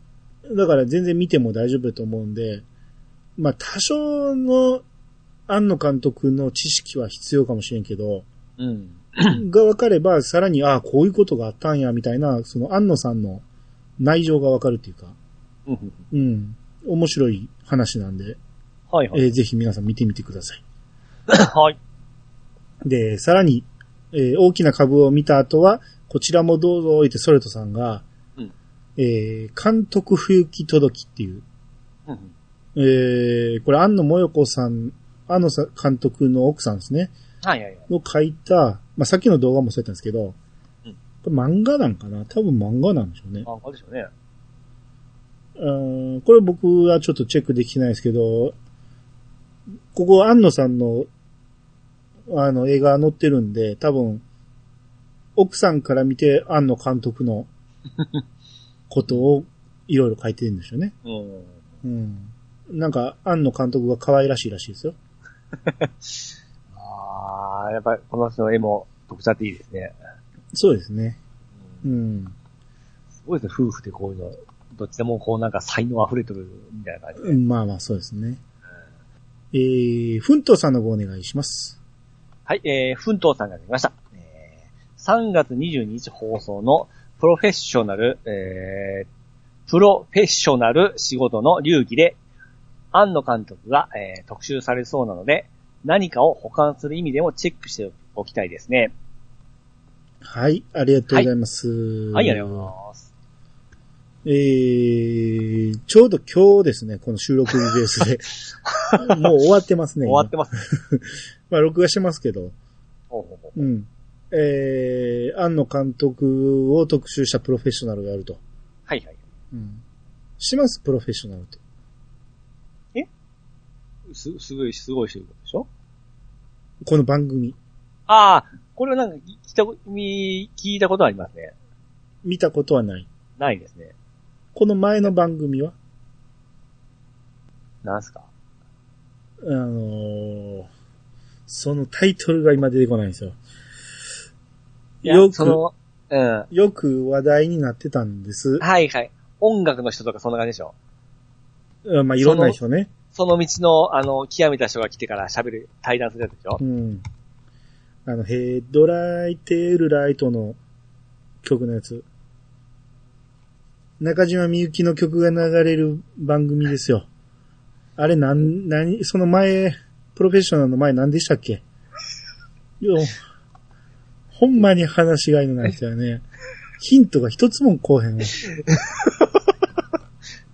S1: だから全然見ても大丈夫だと思うんで、まあ多少の庵野監督の知識は必要かもしれんけど、
S2: うん。
S1: が分かればさらに、ああ、こういうことがあったんや、みたいな、その庵野さんの内情が分かるっていうか、
S2: うんうん
S1: うん、面白い話なんで、
S2: はいはい。
S1: えーぜひ皆さん見てみてください。
S2: はい。
S1: で、さらに、えー大きな株を見た後は、こちらもどうぞ、いてソレトさんが、
S2: うん
S1: えー監督不行き届きっていう、
S2: うんうん
S1: えー、これ、安野もよこさん、安野さん監督の奥さんですね、
S2: はいはいはい。
S1: の書いた、まあ、さっきの動画もそうやったんですけど、
S2: うん
S1: これ漫画なんかな多分漫画なんでしょうね。
S2: あ、あれでしょうね。
S1: うんこれ僕はちょっとチェックできてないですけど、ここ、安野さんの、あの、映画載ってるんで、多分、奥さんから見て、安野監督 の、ことを、いろいろ書いてるんでしょうね。
S2: うん。
S1: うん。なんか、安野監督が可愛らしいらしいですよ。
S2: ああ、やっぱりこの人の絵も特徴あっていいですね。
S1: そうですね。
S2: う
S1: うんん。
S2: すごいですね、夫婦でこういうの。どっちでもこうなんか才能溢れてるみたいな感じで。
S1: まあまあ、そうですね。えー、ふんとうさんの方お願いします。
S2: はい、えー、奮闘さんが出ました。えー、3月22日放送のプロフェッショナル、えー、プロフェッショナル仕事の流儀で、庵野監督が、えー特集されそうなので、何かを保管する意味でもチェックしておきたいですね。
S1: はい、ありがとうございます。
S2: はい、ありがとうございます。
S1: えー、ちょうど今日ですね、この収録日ベース で。もう終わってますね。
S2: 終わってます。
S1: まあ、録画してますけど。
S2: ほうほうほう
S1: うん。えー、庵野監督を特集したプロフェッショナルがあると。
S2: はいはい。
S1: うん。します、プロフェッショナルって。
S2: す、すごい、すごい人でしょ
S1: この番組。
S2: ああ、これはなんか聞いた、み聞いたことありますね。
S1: 見たことはない。
S2: ないですね。
S1: この前の番組は
S2: なんすか
S1: あのー、そのタイトルが今出てこないんですよ。
S2: いや
S1: よく
S2: その、うん。
S1: よく話題になってたんです。
S2: はいはい。音楽の人とかそんな感じでしょ
S1: うんまあ、いろんな人ね。
S2: その道の、あの、極めた人が来てから喋る、対談するやつでしょ
S1: うん。あの、ヘッドライテールライトの曲のやつ。中島みゆきの曲が流れる番組ですよ。あれ、なん、なに、その前、プロフェッショナルの前何でしたっけよ、ほんまに話しがいのないですよね。ヒントが一つもこうへんわ。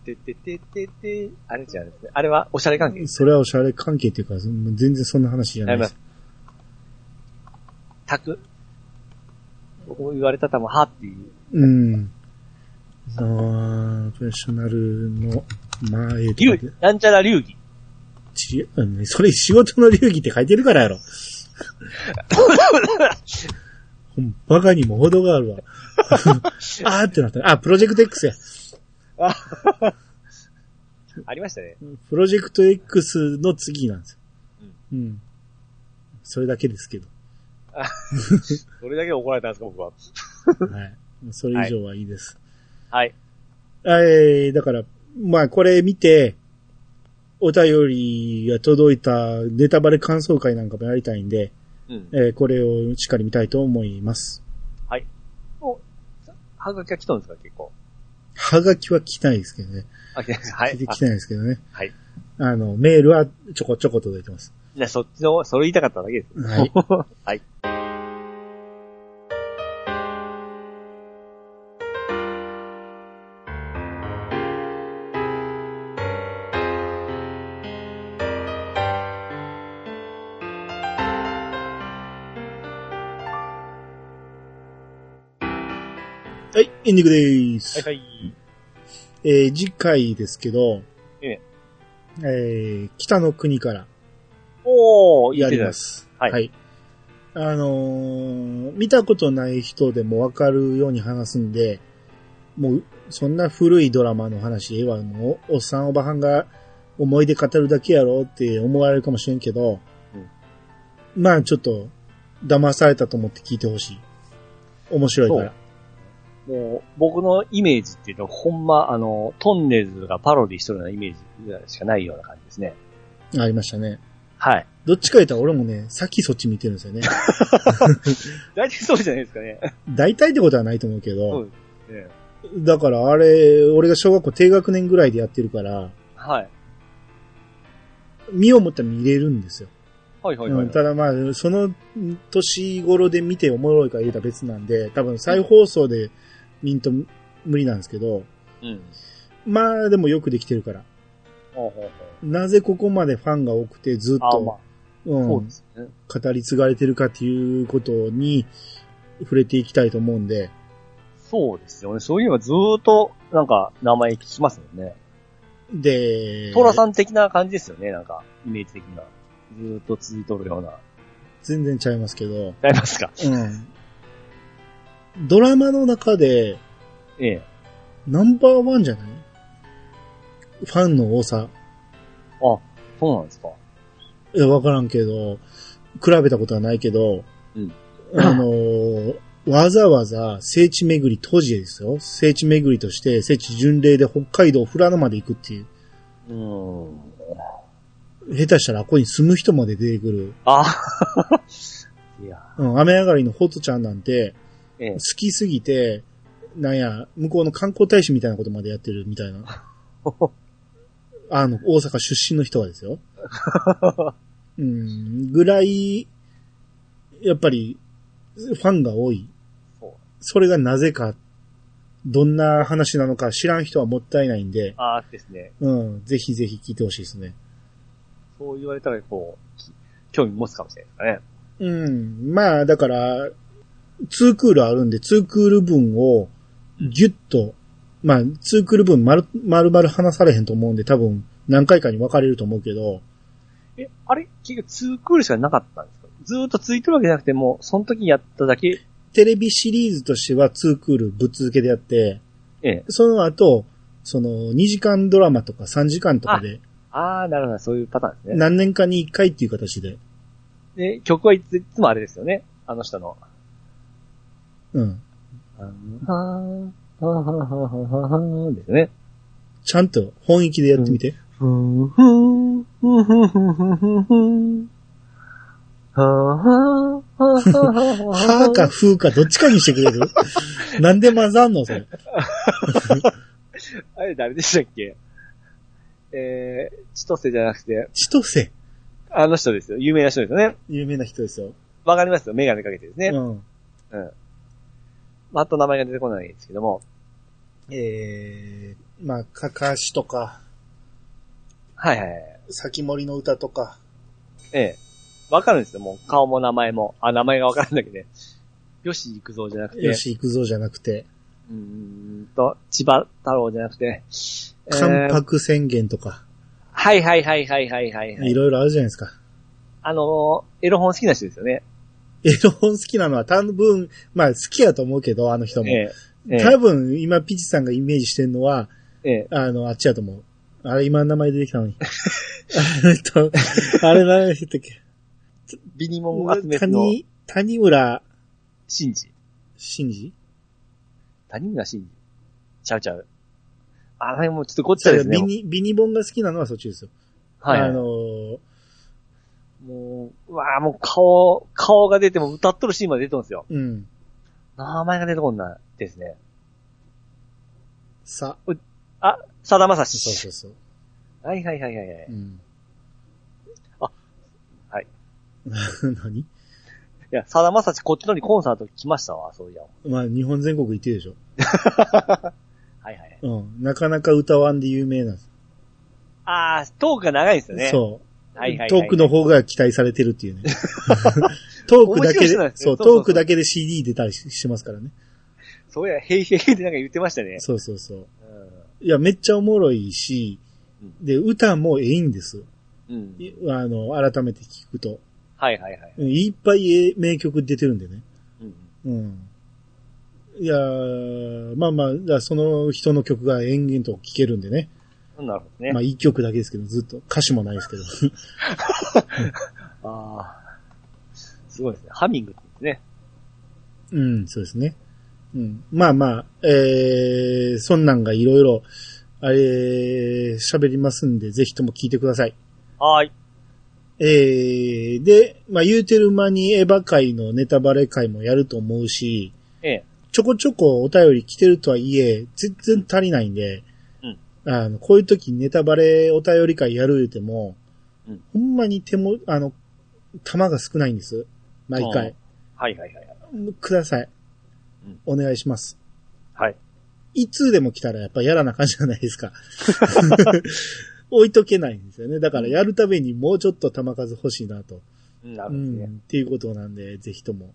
S2: てってってってって、あれ違うんですね。あれは、おしゃれ関係
S1: それはおしゃれ関係っていうか、そん全然そんな話じゃないです。
S2: たく。僕も言われたら多分、はっていう。
S1: うん。あープロフェッショナルの前と
S2: 流
S1: かで
S2: 儀。なんちゃら流儀。
S1: ちうんそれ仕事の流儀って書いてるからやろ。ほんバカにも程があるわ。あーってなった。あ、プロジェクト X や。
S2: ありましたね。
S1: プロジェクト X の次なんですよ。うん。それだけですけど。
S2: それだけで怒られたんですか、僕は。
S1: はい。それ以上はいいです。
S2: はい。
S1: えー、だから、まあこれ見て、お便りが届いたネタバレ感想会なんかもやりたいんで、
S2: うん。
S1: えーこれをしっかり見たいと思います。
S2: はがきが来たんですか、結構。
S1: はがきは来ないですけどね。
S2: あ、来てないです。は
S1: 出
S2: い
S1: て。
S2: あ
S1: きてないですけどね。
S2: はい。
S1: あの、メールはちょこちょこ届いてます。
S2: いや、そっちの、それ言いたかっただけです。
S1: はい
S2: はい。
S1: はい、エンディングです。
S2: はい、はい。
S1: えー次回ですけど、
S2: え
S1: えー北の国から
S2: おー、。
S1: やりますす。
S2: はい
S1: あのー見たことない人でもわかるように話すんで、もう、そんな古いドラマの話、ええわ、もう、おっさんおばはんが思い出語るだけやろって思われるかもしれんけど、まあちょっと、騙されたと思って聞いてほしい。面白いから。
S2: もう、僕のイメージっていうと、ほんま、あの、トンネルズがパロディしとるようなイメージしかないような感じですね。
S1: ありましたね。
S2: はい。
S1: どっちか言ったら俺もね、さっきそっち見てるんですよ ね。
S2: 大体そうじゃないですかね。
S1: 大体ってことはないと思うけ
S2: そう
S1: ど、
S2: ですね。
S1: だからあれ、俺が小学校低学年ぐらいでやってるから、
S2: はい。
S1: 見よう思ったら見れるんですよ。
S2: はいはいは
S1: う
S2: い
S1: ん、。ただまあ、その年頃で見ておもろいか言うたら別なんで、多分再放送で見んと無理なんですけど、
S2: うん。
S1: まあでもよくできてるから。
S2: ほうほうほう。
S1: なぜここまでファンが多くてずっ
S2: あ
S1: と、
S2: まあ、
S1: うん
S2: そうですね。
S1: 語り継がれてるかっていうことに触れていきたいと思うんで、
S2: そうですよね。そういえばずーっと、なんか、名前聞きますよね。
S1: で、
S2: トラさん的な感じですよね、なんか。イメージ的には。ずーっと続いとるような。
S1: 全然ちゃいますけど、
S2: ありますか
S1: うん。ドラマの中で、
S2: ええ。
S1: ナンバーワンじゃないファンの多さ。
S2: あ、そうなんですか。
S1: いや、わからんけど、比べたことはないけど、
S2: うん
S1: あのーわざわざ聖地巡り、当時ですよ。聖地巡りとして、聖地巡礼で北海道富良野まで行くっていう。
S2: うーん。
S1: 下手したら、ここに住む人まで出てくる。
S2: あ いや、
S1: うん、雨上がりのホトちゃんなんて、
S2: ええ
S1: 好。きすぎて、なんや、向こうの観光大使みたいなことまでやってるみたいな。あの、大阪出身の人はですよ。うん、ぐらい、やっぱり、ファンが多い。
S2: そう
S1: それがなぜか、どんな話なのか知らん人はもったいないんで、
S2: あーですね。
S1: うん、ぜひぜひ聞いてほしいですね。
S2: そう言われたら、こう、き興味持つかもしれないです
S1: うん、まあ、だから、ツークールあるんで、ツークール分を、ぎゅっと、まあ、ツークール分丸、丸々話されへんと思うんで、多分、何回かに分かれると思うけど、
S2: かね。え、あれ結局ツークールしかなかったんですかずーっと続いてるわけじゃなくて、もう、その時やっただけ、
S1: テレビシリーズとしてはツークールぶっ続けでやって、
S2: ええ。
S1: その後、その、2時間ドラマとか3時間とかで、
S2: あー、なるほど、そういうパターンですね。
S1: 何年かに1回っていう形で、
S2: で、曲はいついつもあれですよね。あの人の。
S1: うん。
S2: あー、はー、はー、はー、はー、はー、ですよね。
S1: ちゃんと本域でやってみて。
S2: ふんふん、ふんふんふんふんふんふん。ははははは
S1: はーかふーかどっちかにしてく れるなんで混ざんのそれ。
S2: あれ誰でしたっけえー、千歳じゃなくて、
S1: 千歳、
S2: あの人ですよ。有名な人ですよね。
S1: 有名な人ですよ。
S2: わかりますよ。メガネかけてですね。
S1: うん。
S2: まあ、あと名前が出てこないですけども。
S1: えー、まあ、かかしとか、
S2: はいはいはい。
S1: 先森の歌とか、
S2: ええ。わかるんですよ。もう顔も名前も。あ、名前がわかるんだけどね。よし行くぞじゃなくて。
S1: 吉幾三じゃなくて、
S2: うーんと、千葉太郎じゃなくて。えー
S1: 関白宣言とか、
S2: はいはいはいはいはいはいはいい。
S1: ろいろあるじゃないですか。
S2: あのー、エロ本好きな人ですよね。
S1: エロ本好きなのは多分、まあ好きやと思うけど、あの人も。
S2: ええ。え
S1: 多分、今、ピチさんがイメージしてるのは、
S2: え。ええ
S1: あの、あっちやと思う。あれ、今の名前出てきた のに。えっと、あれ何でしたっけ
S2: ビニモン集めの
S1: 谷、谷村
S2: 真治。
S1: 真二
S2: 谷村新司。ちゃうちゃう。あの辺もちょっとごっちゃ
S1: そ
S2: で
S1: う
S2: すね
S1: ビ。ニ、ビニボンが好きなのはそっちですよ。
S2: はい、はい。
S1: あのー、
S2: もう、うわあもう顔、顔が出ても歌っとるシーンまで出てるんですよ。
S1: うん。
S2: 名前が出てこんないですね。
S1: さ、
S2: さだまさ
S1: そう
S2: し
S1: そ。うそう。
S2: はいはいはいはいはい。い
S1: うん。
S2: あ、はい。
S1: 何
S2: や、さだまさしこっちのにコンサート来ましたわ、そういや。は
S1: まあ、日本全国行ってるでしょ。
S2: いはいはい。
S1: うん。なかなか歌わんで有名なんです。
S2: あー、トークが長いんですよね。。
S1: そう
S2: はいはい、はい。
S1: う。トークの方が期待されてるっていうね。トークだけ
S2: 面白い
S1: で、
S2: 人なんです
S1: そう、
S2: ねそうそうそう
S1: トークだけで CD 出たりししてますからね。
S2: そうや、へいへいへいってなんか言ってましたね。
S1: そうそうそう。
S2: うん
S1: いや、めっちゃおもろいし、で、歌もええんです。
S2: うん。
S1: いあの、改めて聞くと。
S2: はいはいはい。
S1: うんいっぱいええ名曲出てるんでね。
S2: うん。
S1: うん。いやーまあまあ、だからその人の曲が延々と聴けるんでね。
S2: なるほどね。
S1: まあ、一曲だけですけど、ずっと。歌詞もないですけど。
S2: あー。すごいですね。ハミングって言うんですね。
S1: うん、そうですね。うん。まあまあ、えー、そんなんがいろいろ、あれ、喋りますんで、ぜひとも聞いてください。
S2: はーい。
S1: えー、で、まあ言うてる間にエヴァ会のネタバレ会もやると思うし、
S2: ええ。
S1: ちょこちょこお便り来てるとはいえ、全然足りないんで、
S2: うん
S1: あの、こういう時ネタバレお便り会やる言うても、
S2: うん
S1: ほんまに手も、あの、玉が少ないんです。毎回。
S2: はいはいはいはい。
S1: くださいお
S2: うん。
S1: 願いします。
S2: はい。
S1: いつでも来たらやっぱやらな感じじゃないですか。 置いとけないんですよね。だからやるたびにもうちょっと玉数欲しいなと。
S2: うんな
S1: う
S2: るほどね。
S1: ん。っていうことなんで、ぜひとも。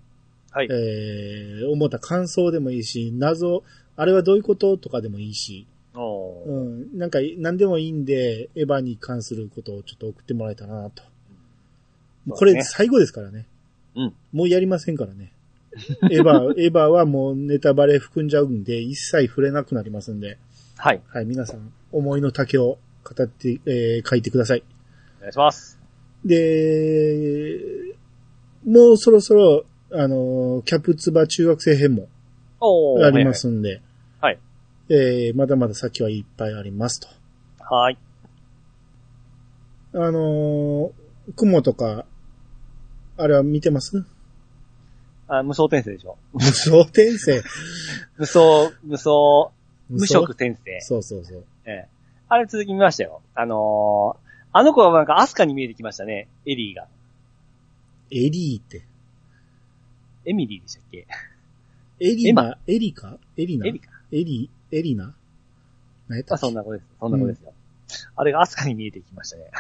S2: はい
S1: え。ー、思った感想でもいいし、謎、あれはどういうこととかでもいいし、
S2: おー
S1: うん。なんか、何でもいいんで、エヴァに関することをちょっと送ってもらえたらなと。こ
S2: そう
S1: れ
S2: です
S1: 最後ですからね。
S2: うん
S1: もうやりませんからね。エヴァ、 エヴァはもうネタバレ含んじゃうんで、一切触れなくなりますんで。
S2: はい。
S1: はい、皆さん、思いの丈を語って、えー書いてください。
S2: お願いします。
S1: で、もうそろそろ、あのー、キャプツバ中学生編も
S2: おー
S1: ありま。すんで。
S2: はいはい
S1: えーまだまだ先はいっぱいありますと。
S2: はいはい。
S1: あのー、雲とか、あれは見て ます
S2: はいあ、無双転生でしょ。
S1: 無双転生。
S2: 無双、無双、無職転生。
S1: そうそうそう。
S2: ええ。あれ続き見ましたよ。あのー、あの子はなんかアスカに見えてきましたね。エリーが。
S1: エリーって。
S2: エミリーでしたっけ
S1: エリナ、エリカエリナ
S2: エリか。
S1: エリ、エリナ何やった
S2: あ、
S1: っけ
S2: そんな子です。そんな子ですよ。あれがアスカに見えてきましたね。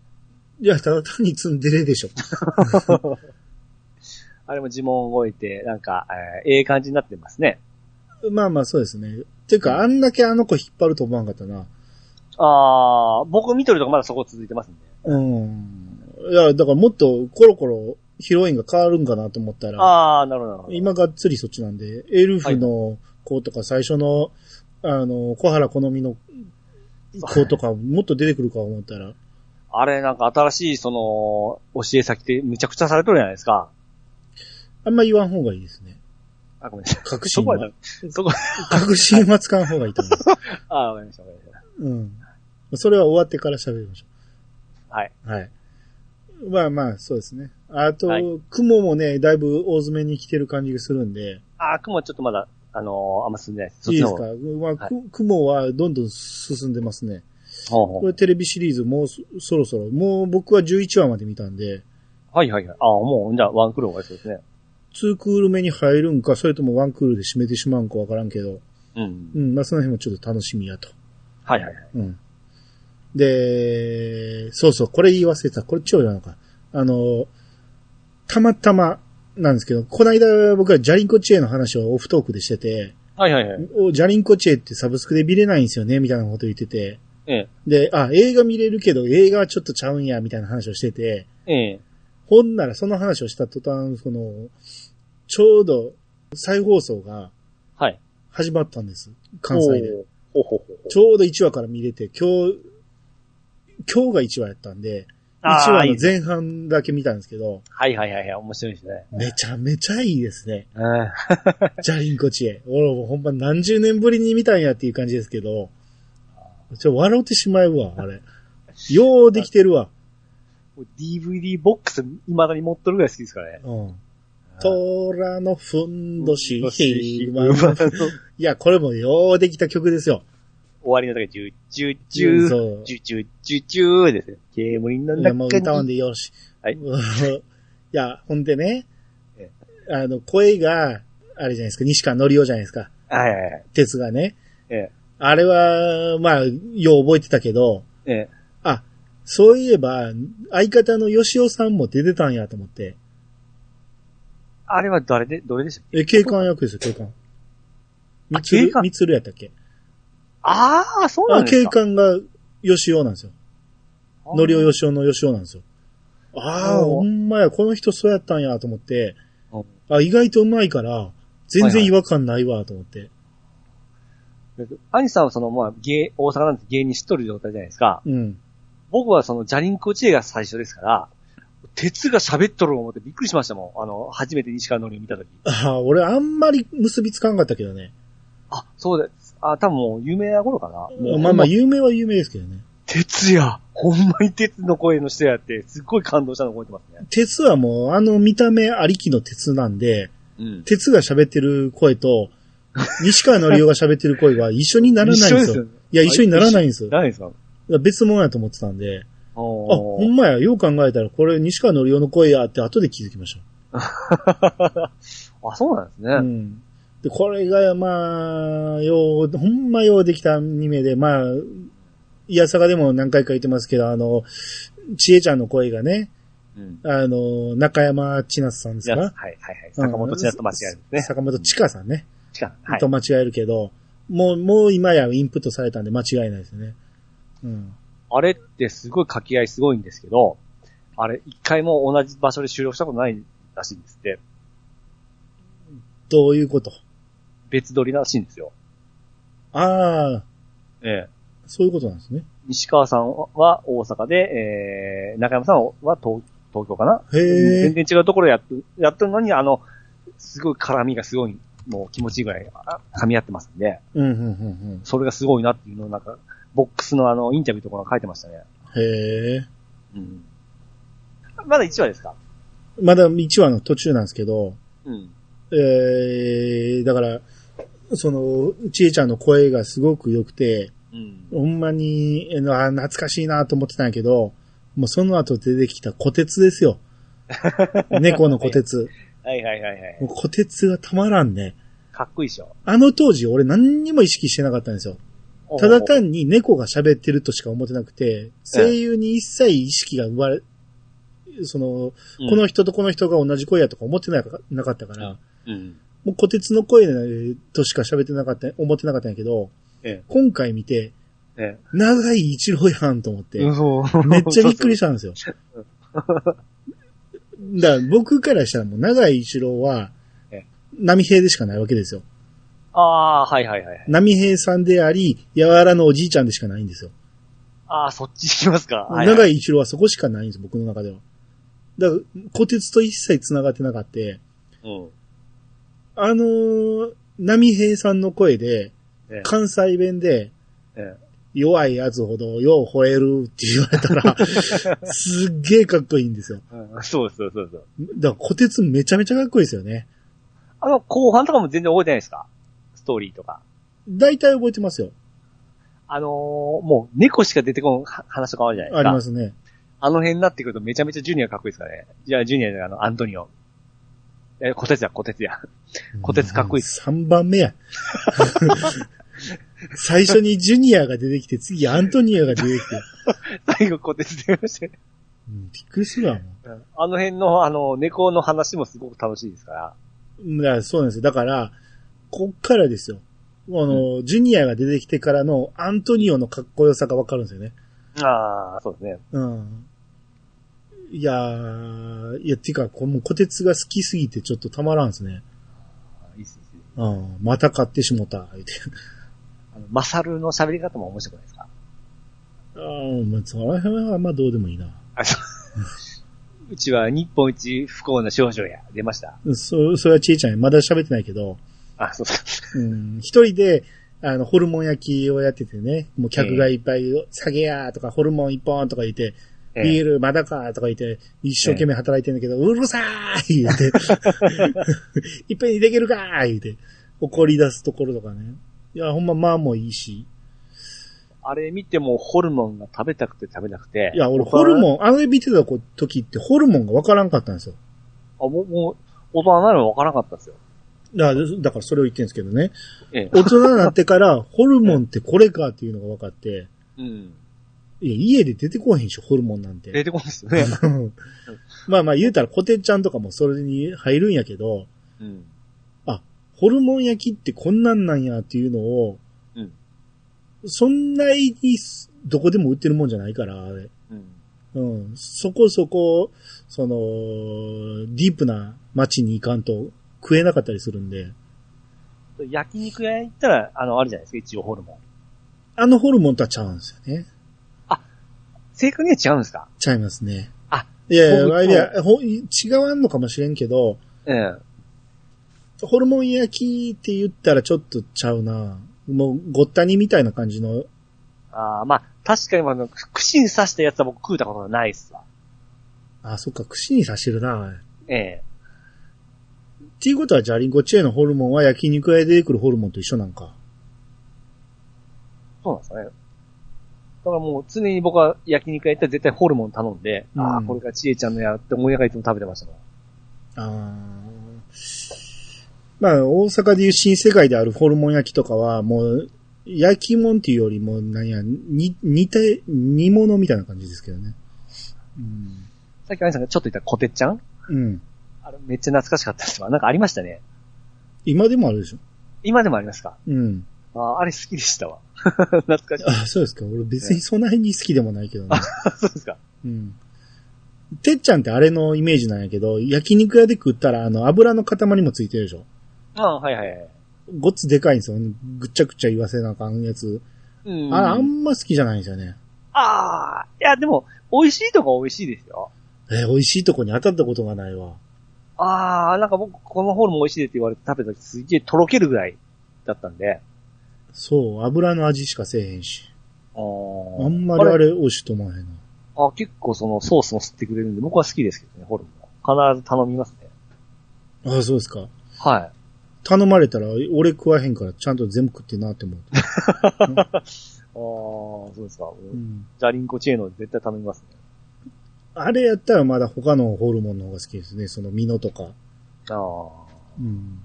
S1: いや、ただ単にツンデレでしょ。
S2: あれも呪文を覚えて、なんか、えーええ感じになってますね。
S1: まあまあそうですね。ていうか、あんだけあの子引っ張ると思わんかったな。
S2: あー、僕見とるとこまだそこ続いてますんで。
S1: うん。いや、だからもっとコロコロヒロインが変わるんかなと思ったら、
S2: あー、なるほどなるほど。
S1: 今がっつりそっちなんで、エルフの子とか最初の、あの、小原好みの子とかもっと出てくるか思ったら、
S2: あれなんか新しいその、教え先ってむちゃくちゃされとるじゃないですか。
S1: あんま言わん方がいいですね。
S2: あ、ごめんなさい。
S1: 確
S2: そ
S1: 信
S2: こ
S1: は
S2: は。、そこは、
S1: 確信はつかん方がいいと思います。
S2: あー、わかりました、わかりまし
S1: うん。それは終わってから喋りましょ
S2: た。はい。
S1: う。はい。まあまあ、そうですね。あと、
S2: はい
S1: 雲もね、だいぶ大詰めに来てる感じがするんで、
S2: あー、雲ちょっとまだ、あのー、あんま進んでないです。そ
S1: い
S2: っ
S1: い
S2: ち
S1: です
S2: の方
S1: か
S2: が。。
S1: まあ、く雲はどんどん進んでますね。
S2: ほうほう
S1: これテレビシリーズもうそそろそろ、もう僕は11話まで見たんで、
S2: はいはいはい。ああ、もう、じゃあ、ワンクローがそうですね。
S1: 2クール目に入るんか、それとも1クールで締めてしまうんかわからんけど、
S2: うん。
S1: うん、まあその辺もちょっと楽しみやと。
S2: はいはいはい。
S1: うん。で、そうそう、これ言い忘れてた。これ超なのか。あの、たまたまなんですけど、この間僕はジャリンコチエの話をオフトークでしてて、
S2: はいはいはい。
S1: おジャリンコチエってサブスクで見れないんですよね、みたいなこと言ってて。
S2: ええ。
S1: で、あ、映画見れるけど映画はちょっとちゃうんや、みたいな話をしてて、
S2: ええ。
S1: ほんならその話をした途端、この、ちょうど再放送が
S2: はい。
S1: 始まったんです。関西で。。
S2: ほうほうほう。
S1: ちょうど1話から見れて、今日、今日が1話やったんで、
S2: あ
S1: 1
S2: ー
S1: 話
S2: いい
S1: の
S2: です
S1: 前半だけ見たんですけど、
S2: はいはいはいはい。面白いですね。
S1: めちゃめちゃいいですね。
S2: うん。はい
S1: ジャリンコ知恵。俺もうほんま何十年ぶりに見たんやっていう感じですけど、ちょ、笑うてしまうわ、あれ。ようできてるわ。
S2: もう DVD ボックス、未だに持っとるぐらい好きですからね。
S1: うん。虎のふんどし、ひ
S2: 終
S1: まわいや、これもようできた曲ですよ。
S2: わりの時、ジュッジュッジュー、
S1: そう。
S2: ジュッジュッジュッジューですね。煙の
S1: いや、もう歌
S2: 中
S1: わん
S2: に。
S1: でよし。
S2: はい
S1: いや、ほんでね
S2: え、
S1: あの、声が、あれじゃないですか、西川のりおじゃないですか、
S2: はいはいはい。
S1: 鉄がね。
S2: ええ。
S1: あれは、まあ、よう覚えてたけど、
S2: ええ。
S1: あ、そういえば、相方の吉尾さんも出てたんやと思って。
S2: あれは誰で、どれでしたっけ
S1: え、警官役ですよ、警官。みつ
S2: 警
S1: る、
S2: 官
S1: みつるやったっけ
S2: ああ、そうな
S1: あ、
S2: んです
S1: 警
S2: か。
S1: 官が吉尾なんですよ。
S2: あー
S1: のりお吉尾の吉尾なんですよ。ああ、
S2: おう
S1: ほんまや、この人そうやったんやと思って
S2: うん、
S1: あ、意外とうまいから、全然違和感ないわと思って。
S2: アニさんはその、まあ、芸、大阪なんて芸人知っとる状態じゃないですか。
S1: うん。
S2: 僕はその、ジャリンコ知恵が最初ですから、鉄が喋っとる思ってびっくりしましたもん。あの、初めて西川のりを見たとき。
S1: ああ、俺あんまり結びつかんかったけどね。
S2: あ、そうです。あ、多分もう有名な頃かな。もう
S1: まあま
S2: ほん
S1: あ、有名は有名ですけどね。
S2: 鉄や。ほんまに鉄の声の人やって、すっごい感動したの覚えてますね。
S1: 鉄はもう、あの見た目ありきの鉄なんで、
S2: うん。
S1: 鉄が喋ってる声 と、西川のりおが喋ってる声は一緒にならないんですよ。
S2: ね。
S1: いや、一緒にならないんですよ。だか
S2: ないですから
S1: 別物やと思ってたんで。あ、
S2: お
S1: ほ
S2: ー
S1: んまや、よう考えたら、これ西川のりおの声やって後で気づきました。
S2: あ、そうなんですね。
S1: うん。で、これが、まあ、よう、ほんまようできたアニメで、まあ、いやさかでも何回か言ってますけど、あの、ちえちゃんの声がね、
S2: うん。
S1: あの、中山千夏さんです
S2: いやはい
S1: か
S2: はいはい。坂本千奈と間違える
S1: ね。
S2: んですね。
S1: 坂本千佳さんね。
S2: 違う。はい
S1: と。間違えるけど、もう、もう今やインプットされたんで間違いないですね。うん。
S2: あれってすごい掛け合いすごいんですけど、あれ一回も同じ場所で収録したことないらしいんですって、
S1: どういうこと
S2: 別撮りらしいんですよ。
S1: ああ、
S2: ええ。
S1: そういうことなんですね。
S2: 西川さんは大阪で、えー、中山さんは東東京かな
S1: へ
S2: 全
S1: え。
S2: 然違うところやって、やってるのに、あの、すごい絡みがすごい、もう気持ちいいぐらいあ噛み合ってますんで、
S1: うん、うん、うん、
S2: それがすごいなっていうのをなんか、ボックスのあの、インタビューとかが書いてましたね。
S1: うん。へえ。
S2: うん。まだ1話ですか
S1: まだ1話の途中なんですけど、
S2: うん。
S1: えー、だから、その、ちえちゃんの声がすごく良くて、
S2: うん。
S1: ほんまに、えーあー懐かしいなと思ってたんやけど、もうその後出てきた虎鉄です よ。猫の虎鉄。
S2: はいはいはいはい
S1: も。う虎鉄がたまらんね。
S2: かっこいいでしょ。
S1: あの当時俺何にも意識してなかったんですよ。ただ単に猫が喋ってるとしか思ってなくて、声優に一切意識が生まれ、その、
S2: うん、
S1: この人とこの人が同じ声やとか思ってなかなかったから、
S2: うん。
S1: もう小鉄の声としか喋ってなかった、思ってなかったんやけど、
S2: え
S1: 今回見て、
S2: え。え
S1: 長い一郎やんと思って、
S2: え。そう。
S1: めっちゃびっくり
S2: し
S1: したんですよ。だから僕からしたらもう長い一郎は
S2: ええ、
S1: 波平でしかないわけですよ。
S2: た。 ああー、はいはいはいはい。
S1: 波平さんであり、やわらのおじいちゃんでしかないんですよ。
S2: ああ、そっち行きますか。はいはい
S1: 長い一郎はそこしかないんです、僕の中では。だから、小鉄と一切繋がってなかった。
S2: うん。
S1: あのー、波平さんの声で、
S2: ええ
S1: 関西弁で、
S2: え
S1: 弱いやつほどよう吠えるって言われた ら、すっげえかっこいいんですよ。
S2: えうんそうそうそうそう。
S1: だから、小鉄めちゃめちゃかっこいいですよね。
S2: あの、後半とかも全然覚えてないですかストーリーとか。
S1: 大体覚えてますよ。
S2: あのーもう猫しか出てこんは話とかあるじゃないですか。
S1: ありますね。
S2: あの辺になってくるとめちゃめちゃジュニアかっこいいですからね。じゃあジュニアじゃないあの、アントニオ。え、小鉄や、小鉄や。小鉄かっこいいっす
S1: 3番目や。 最初にジュニアが出てきて、次アントニアが出てきて、
S2: 最後小鉄出ましたね。
S1: うんびっくりするわ、もう
S2: うんあの辺の、あの、猫の話もすごく楽しいですから。
S1: だからそうなんですよ。だから、こっからですよ。あの、ジュニアが出てきてからのアントニオのかっこよさがわかるんですよね。
S2: ああ、そうですね。
S1: うん。いやー、いや、てか、この小鉄が好きすぎてちょっとたまらんですね。
S2: いいっすいいっす
S1: うん。また買ってしもた、言うて。
S2: あの、マサルの喋り方も面白くないですか
S1: うん、まあ、その辺はあんまどうでもいいな。
S2: あそううちは日本一不幸な少女や。出ました。
S1: そ、それはちえちゃん、まだ喋ってないけど、
S2: あ、そうそう。
S1: うん、一人で、あの、ホルモン焼きをやっててね、もう客がいっぱい、下げやーとか、ホルモン一本とか言って、
S2: え
S1: ビ
S2: え
S1: ールまだかとか言って、一生懸命働いてんだけど、うるさーい言 って、いっぺんにできるかー言って、怒り出すところとかね。いや、ほんま、まあもいいし。
S2: あれ見てもホルモンが食べたくて食べなくて。
S1: いや、俺、ホル
S2: ン。
S1: モン、あれ見てた時ってホルモンがわからんかったんですよ。
S2: あ、もう、もう、大人なの分からなかったんですよ。
S1: だから、だからそれを言ってるんですけどね。
S2: ええ。
S1: 大人になってから、ホルモンってこれかっていうのが分かって、
S2: うん。
S1: いや、家で出てこへんし、ホルモンなんて。
S2: 出てこないですよね。
S1: まあまあ言うたら、コテちゃんとかもそれに入るんやけど、
S2: うん。
S1: ホルモン焼きってこんなんなんやっていうのを、
S2: うん
S1: そんなにすどこでも売ってるもんじゃないから、あれ
S2: うん。
S1: うん、そこそこ、その、ディープな街に行かんと食えなかったりするんで、
S2: 焼肉屋行ったら、あの、あるじゃないですか、一応ホルモン。
S1: あのホルモンとはちゃうんですよね。
S2: 正確には違うんですか
S1: ちゃいますね。
S2: あ、
S1: いやい
S2: そう
S1: や、いやほ違わんのかもしれんけど、
S2: ええ。
S1: ホルモン焼きって言ったらちょっとちゃうな。もう、ごったにみたいな感じの、
S2: ああ、まあ、確かに、あの、串に刺したやつは僕食うたことがないっすわ。
S1: あ、そっか、串に刺してるな。
S2: ええ。
S1: っていうことは、じゃあリンゴチェのホルモンは焼肉屋で出てくるホルモンと一緒なんか。
S2: そうなんですよね。だからもう、常に僕は焼肉屋行ったら絶対ホルモン頼んで、ああ、
S1: うん
S2: これがちえちゃんのやって思いながらいつも食べてましたもん。
S1: あーまあ、大阪でいう新世界であるホルモン焼きとかは、もう、焼き物っていうよりも、なんや、に、似て、煮物みたいな感じですけどね。うん。
S2: さっきアニさんがちょっと言ったコテッちゃん
S1: うん。
S2: あれめっちゃ懐かしかったですわ。なんかありましたね。
S1: 今でもあるでしょ。
S2: 今でもありますか
S1: うん。
S2: ああれ好きでしたわ。 懐かしい。
S1: あ、そうですか。俺別にそんなに好きでもないけどね。
S2: そうですか。
S1: うん。てっちゃんってあれのイメージなんやけど、焼肉屋で食ったらあの油の塊もついてるでしょ。
S2: ああはいはいはい。
S1: ごっつでかいんですよ。ぐっちゃぐっちゃ言わせなあかんやつ。
S2: うん。
S1: ああんま好きじゃないんですよね。
S2: ああ、いや、でも、美味しいとこは美味しいですよ。
S1: えー美味しいとこに当たったことがないわ。
S2: ああ、なんか僕、このホールも美味しいですって言われて食べた時すげえとろけるぐらいだったんで。
S1: そう、油の味しかせえへんし。
S2: あー
S1: あんまりあれ美味しいと思わへんな。
S2: あ、結構そのソースも吸ってくれるんで、僕は好きですけどね、ホルモンは。必ず頼みますね。
S1: ああ、そうですか。
S2: はい。
S1: 頼まれたら、俺食わへんから、ちゃんと全部食ってなって思う。
S2: ああ、そうですか。
S1: うん
S2: ジャリンコチェーノ絶対頼みますね。
S1: あれやったらまだ他のホルモンの方が好きですね。そのミノとか。
S2: あ
S1: うん。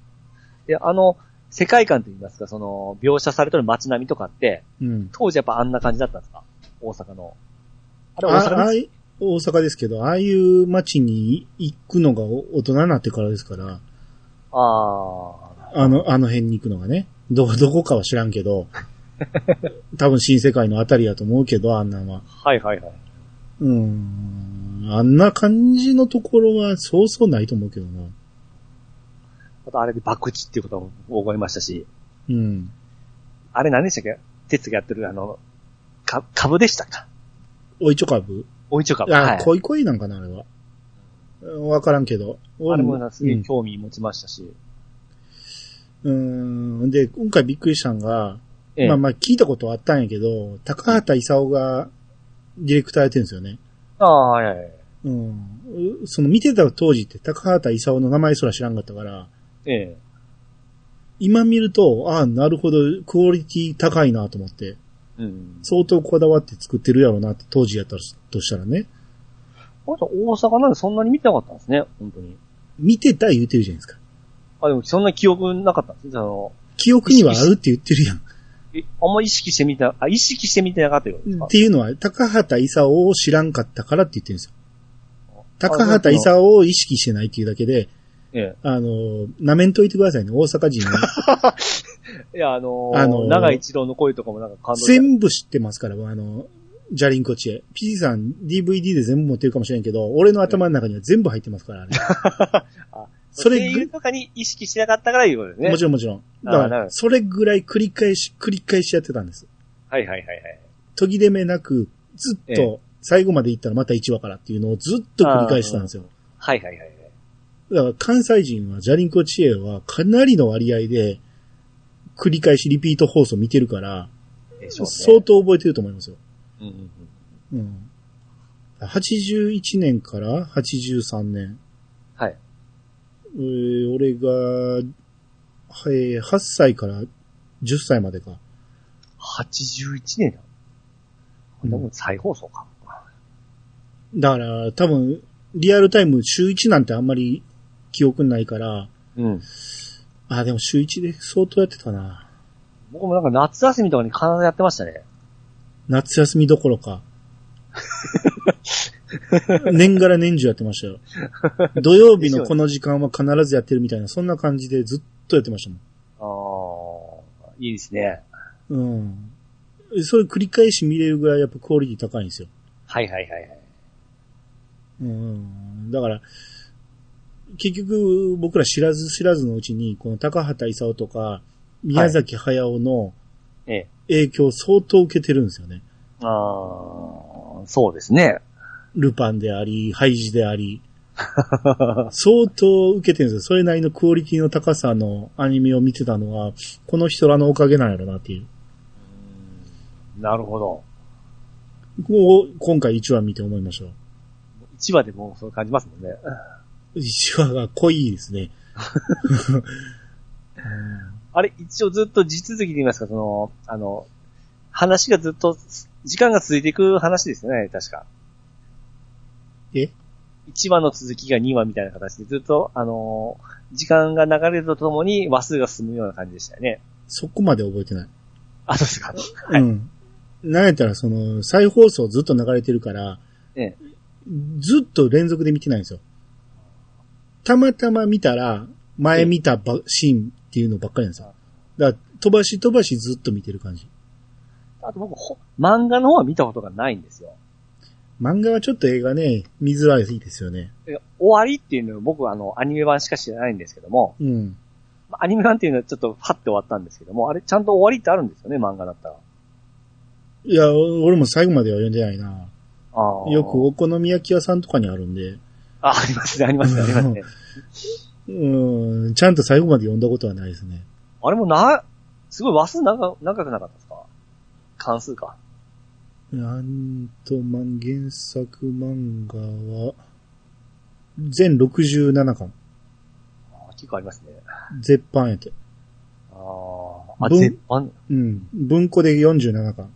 S2: あ。いや、あの、世界観といいますか、その、描写されてる街並みとかって、
S1: うん。
S2: 当時やっぱあんな感じだったんですか大阪の。あれ
S1: あ
S2: 大阪
S1: あ
S2: で
S1: あ
S2: す
S1: い大阪ですけど、ああいう街に行くのがお大人になってからですから、
S2: ああ
S1: あの、あの辺に行くのがね。ど、どこかは知らんけ ど、多分新世界のあたりやと思うけど、あんなんは。
S2: ー、はいはいはい。
S1: うん。あんな感じのところはそうそうないと思うけどな。
S2: あとあれで爆打っていうことを覚えましたし、
S1: うん。
S2: あれ何でしたっけ鉄がやってるあの、か、株でしたか
S1: おいちょかぶ
S2: おいちょ株。は
S1: あ、
S2: い。
S1: こいこいなんかな、あれは。うんわからんけど。
S2: あれ
S1: 俺
S2: もなすげ
S1: う
S2: え
S1: ん
S2: 興味持ちましたし。
S1: うん。で、今回びっくりしたんが、
S2: ええ
S1: まあまあ聞いたことはあったんやけど、高畑勲がディレクターやってるんですよね。
S2: ああ、はいはいはい。
S1: うん。うその見てた当時って高畑勲の名前すら知らんかったから、
S2: ええ。
S1: 今見ると、ああ、なるほど、クオリティ高いなと思って、
S2: うん。
S1: 相当こだわって作ってるやろうなって当時やったとしたらね、
S2: あと大阪なんでそんなに見てなかったんですね、本当に。
S1: 見てた言うてるじゃないですか。
S2: あ、でもそんな記憶なかったんですね、あの、
S1: 記憶にはあるって言ってるやん。
S2: え、あんま意識してみた、あ、意識してみてなかったよ。
S1: っていうのは、高畑勲を知らんかったからって言ってるんですよ。高
S2: あ
S1: 畑勲を意識してないっていうだけで、
S2: え
S1: あの、なめんといてくださいね、大阪人は。
S2: え。いや、あのー
S1: あのー
S2: 長井一郎の声とかもなんか感動した
S1: 全部知ってますから、あの、ジャリンコ知恵。PG さん DVD で全部持ってるかもしれんけど、俺の頭の中には全部入ってますから、あれ
S2: あ
S1: それ
S2: 声優
S1: ぐ、
S2: とかに意識しなかったからいうことですね。
S1: もちろんもちろん。だ
S2: あ
S1: か
S2: ーなるほ
S1: ら、
S2: ど
S1: それぐらい繰り返し、繰り返しやってたんです。
S2: はいはいはいはい。
S1: 途切れ目なく、ずっ
S2: え
S1: と、最後まで行ったらまた1話からっていうのをずっと繰り返してたんですよ。
S2: はいはいはいはい。
S1: だから関西人は、ジャリンコ知恵はかなりの割合で、繰り返しリピート放送見てるから、
S2: でしょうね
S1: 相当覚えてると思いますよ。
S2: うんうんうん
S1: うん。81年から83年。
S2: はい。
S1: えー俺が、えー8歳から10歳までか。
S2: 81年だ。
S1: うん
S2: でも再放送か。
S1: だから、多分、リアルタイム週1なんてあんまり記憶にないから、
S2: うん。
S1: あ、でも週1で相当やってたな。
S2: 僕もなんか夏休みとかに必ずやってましたね。
S1: 夏休みどころ か。年がら年中やってま したよ。土曜日のこの時間は必ずやってるみたいな、そんな感じでずっとやってましたもん。
S2: ああ、いいですね。
S1: うん。それ繰り返し見れるぐらいやっぱクオリティ高いんですよ。
S2: はいはいはいはい。
S1: うん。だから、結局僕ら知らず知らずのうちに、この高畑勲とか、宮崎駿の
S2: ええ。
S1: 影響を相当受けてるんですよね。
S2: ああ、そうですね。
S1: ルパンであり、ハイジであり。相当受けてるんですよ。それなりのクオリティの高さのアニメを見てたのは、この人らのおかげなんやろなっていう。
S2: なるほど。
S1: こう今回1話見て思いましょう。
S2: 一話でもうそう感じますもんね。
S1: 1話が濃いですね。
S2: あれ、一応ずっと地続きで言いますか、その、あの、話がずっと、時間が続いていく話ですよね、確か。
S1: え
S2: 一話の続きが二話みたいな形で、ずっと、あのー時間が流れるとともに話数が進むような感じでしたよね。
S1: そこまで覚えてない。
S2: あ、そうですか。はい
S1: うん。なんやったら、その、再放送ずっと流れてるから、
S2: ええ
S1: ずっと連続で見てないんですよ。たまたま見たら、前見たば、シーンっていうのばっかりなんですよ。だから、飛ばし飛ばしずっと見てる感じ。
S2: あと僕、ほ漫画の方は見たことがないんですよ。
S1: 漫画はちょっと映画ね、見づらいですよね。
S2: え終わりっていうのは僕はあの、アニメ版しか知らないんですけども、
S1: うん。
S2: まあアニメ版っていうのはちょっとパッて終わったんですけども、あれちゃんと終わりってあるんですよね、漫画だったら。
S1: いや、俺も最後までは読んでないな。
S2: あー
S1: よくお好み焼き屋さんとかにあるんで、
S2: あ、ありますね、ありますね、ありますね。
S1: うん、ちゃんと最後まで読んだことはないですね。
S2: あれもな、すごい話数長長くなかったですか関数か。
S1: なんと、ま、原作漫画は、全67巻。
S2: あ結構ありますね。
S1: 絶版やて。
S2: あーあ、
S1: 文
S2: 全般。うん
S1: うん。文庫で47巻。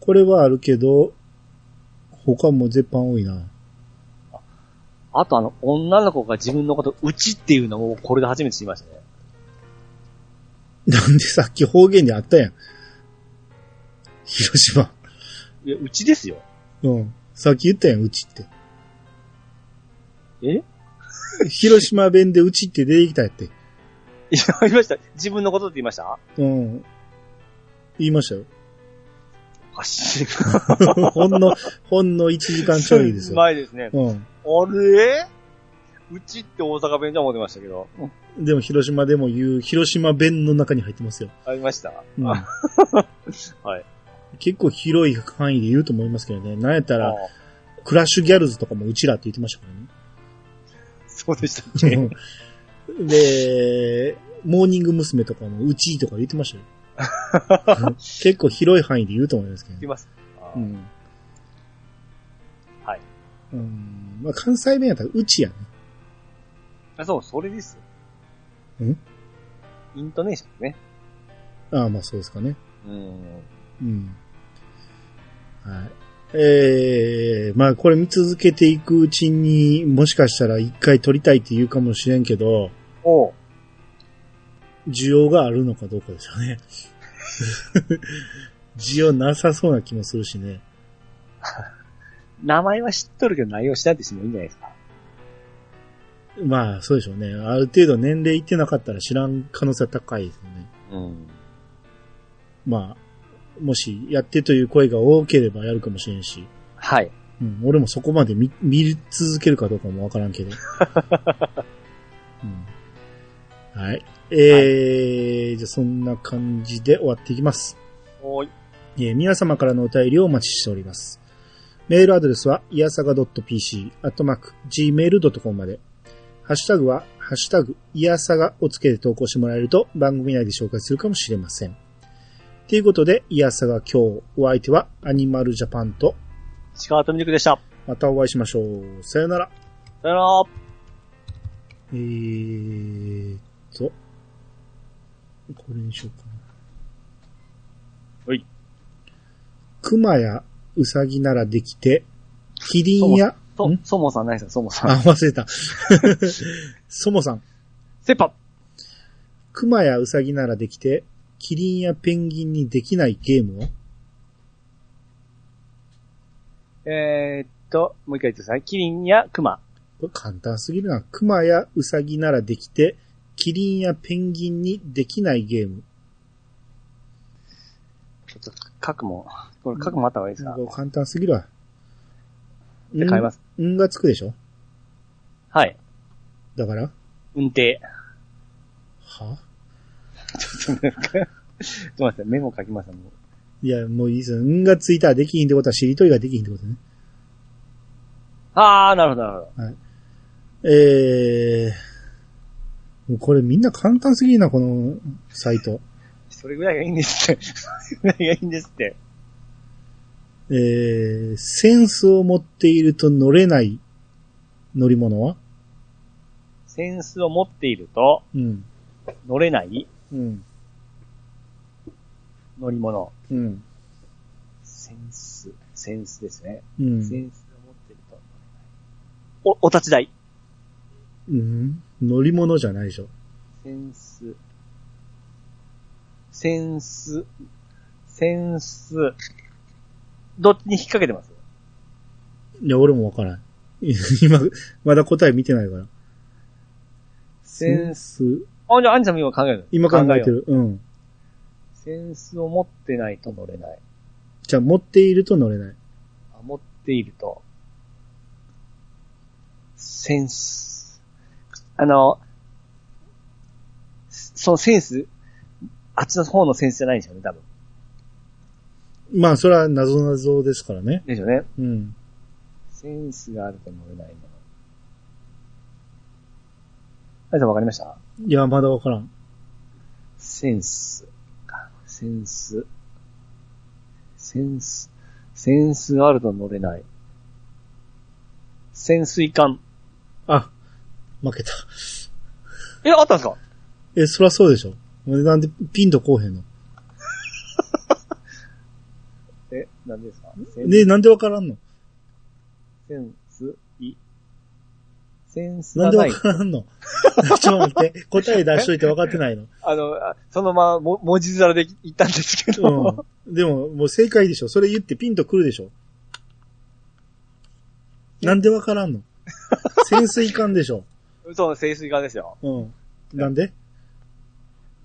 S1: これはあるけど、他も絶版多いな。
S2: あとあの、女の子が自分のこと、うちっていうのもこれで初めて知りましたね。
S1: なんでさっき方言であったやん。広島。
S2: いや、うちですよ。
S1: うん。さっき言ったやん、うちって。
S2: え
S1: 広島弁でうちって出てきたやって。
S2: いや、ありました。自分のことって言いました
S1: うん。言いましたよ。
S2: あ、し
S1: ほんの、ほんの1時間ちょ いですよ。
S2: 前ですね。
S1: うん。
S2: あれうちって大阪弁じゃ思ってましたけど。うん
S1: でも広島でも言う、広島弁の中に入ってますよ。
S2: ありました。
S1: うん。
S2: あ はい。
S1: 結構広い範囲で言うと思いますけどね。なんやった
S2: あー
S1: ら、クラッシュギャルズとかもうちらって言ってましたからね。
S2: そうでしたっけ
S1: で、モーニング娘。とかも、うちとか言ってましたよ。結構広い範囲で言うと思いますけど
S2: 言い
S1: ね。
S2: ます。あー
S1: うん。
S2: はい。
S1: うん。まあ、関西弁やったら、うちやね。
S2: あそう、それですよ。
S1: ん
S2: イントネーションですね。
S1: ああ、まあそうですかね。
S2: うん。
S1: うん。はい。ええまあこれ見続けていくうちに、もしかしたら一回撮りたいって言うかもしれんけど、
S2: おう
S1: 需要があるのかどうかですよね。 需要なさそうな気もするしね。
S2: 名前は知っとるけど内容知らんってしてもいいんじゃないですか。
S1: まあ、そうでしょうね。ある程度年齢いってなかったら知らん可能性は高いですよね。
S2: うん。
S1: まあ、もしやってという声が多ければやるかもしれんし。
S2: はい。
S1: うん、俺もそこまで見、見続けるかどうかもわからんけど。うん、はい。えーじゃあそんな感じで終わっていきます。
S2: おい。
S1: えー皆様からのお便りをお待ちしております。メールアドレスは、いやさが .pc、アットマーク、gmail.com まで。ハッシュタグは、ハッシュタグ、いやさがをつけて投稿してもらえると、番組内で紹介するかもしれません。ということで、いやさが今日、お相手は、アニマルジャパンと、
S2: 石川富美子でした。
S1: またお会いしましょう。さよなら。
S2: さよなら。
S1: えーっと、これにしようかな。
S2: はい。
S1: 熊やウサギならできて、キリンや、
S2: と
S1: ん、
S2: そもさんないですかそもさん。
S1: あ、忘れた。 そもさん、
S2: セパ
S1: 熊やウサギならできて、キリンやペンギンにできないゲームを
S2: えー、っと、もう一回言ってください。キリンやクマ。
S1: これ簡単すぎるな。熊やウサギならできて、キリンやペンギンにできないゲーム。
S2: ちょっと、核も、これ核もあった方がいいですか
S1: これ簡単すぎるわ。。
S2: で買いますす。
S1: んがつくでしょ
S2: はい。
S1: だから
S2: 運転。
S1: は
S2: ちょっと待って、メモ書きました。もう
S1: いや、もういいですよ。んがついたらできひんってことは、しりとりができひんってことね。
S2: あー、なるほど、なるほど。
S1: えー、もうこれみんな簡単すぎるな、このサイト。
S2: それぐらいがいいんですって。それぐらいがいいんですって。
S1: えー、センスを持っていると乗れない乗り物は
S2: センスを持っていると、
S1: うん。
S2: 乗れない
S1: うん。
S2: 乗り物。
S1: うん。
S2: センス、センスですね。
S1: う
S2: セ
S1: ん。
S2: ンスを持ってると。お、お立ち台。
S1: うん、乗り物じゃないでしょ。
S2: センス。センス。センス。どっちに引っ掛けてます
S1: いや、俺もわからん。 今、まだ答え見てないから。
S2: センス。
S1: ス。
S2: あ、じゃあ、アニさんも今考える。
S1: 今考えて
S2: よう。
S1: る。うん。
S2: センスを持ってないと乗れない。
S1: じゃあ、持っていると乗れない。
S2: あ持っていると。センス。あの、そのセンス、あっちの方のセンスじゃないんですよね、多分。
S1: まあ、それは謎謎ですからね。
S2: ですよね。
S1: うん。
S2: センスがあると乗れないもの。あいさんわかりました
S1: いや、まだわからん。
S2: センス。センス。センス。センスがあると乗れない。潜水艦。
S1: あ、負けた。
S2: え、あったんですか
S1: え、そらそうでしょ。なんでピンとこうへんの
S2: え、なんでですかセン
S1: で、なんでわからんの
S2: センス、い。センス
S1: な
S2: が
S1: んで
S2: な
S1: わ
S2: い。
S1: からんの ちょっと待って、答え出しといて分かってないの。
S2: あの、あそのままも文字面で言ったんですけど、
S1: うん。でも、もう正解でしょ。それ言ってピンとくるでしょ。なんでわからんの潜水艦でしょ。
S2: そう、潜水艦ですよ。
S1: うん。なんで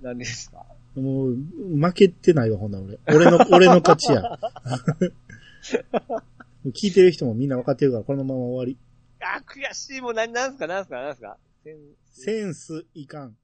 S2: なんでですか
S1: もう、負けてないわ、ほんなら俺。俺の、俺の勝 ちや。聞いてる人もみんな分かってるから、このまま終わり。
S2: あ、悔しい。もう、なん、なんすか、なんすか、なんすか。セン
S1: センスいかん。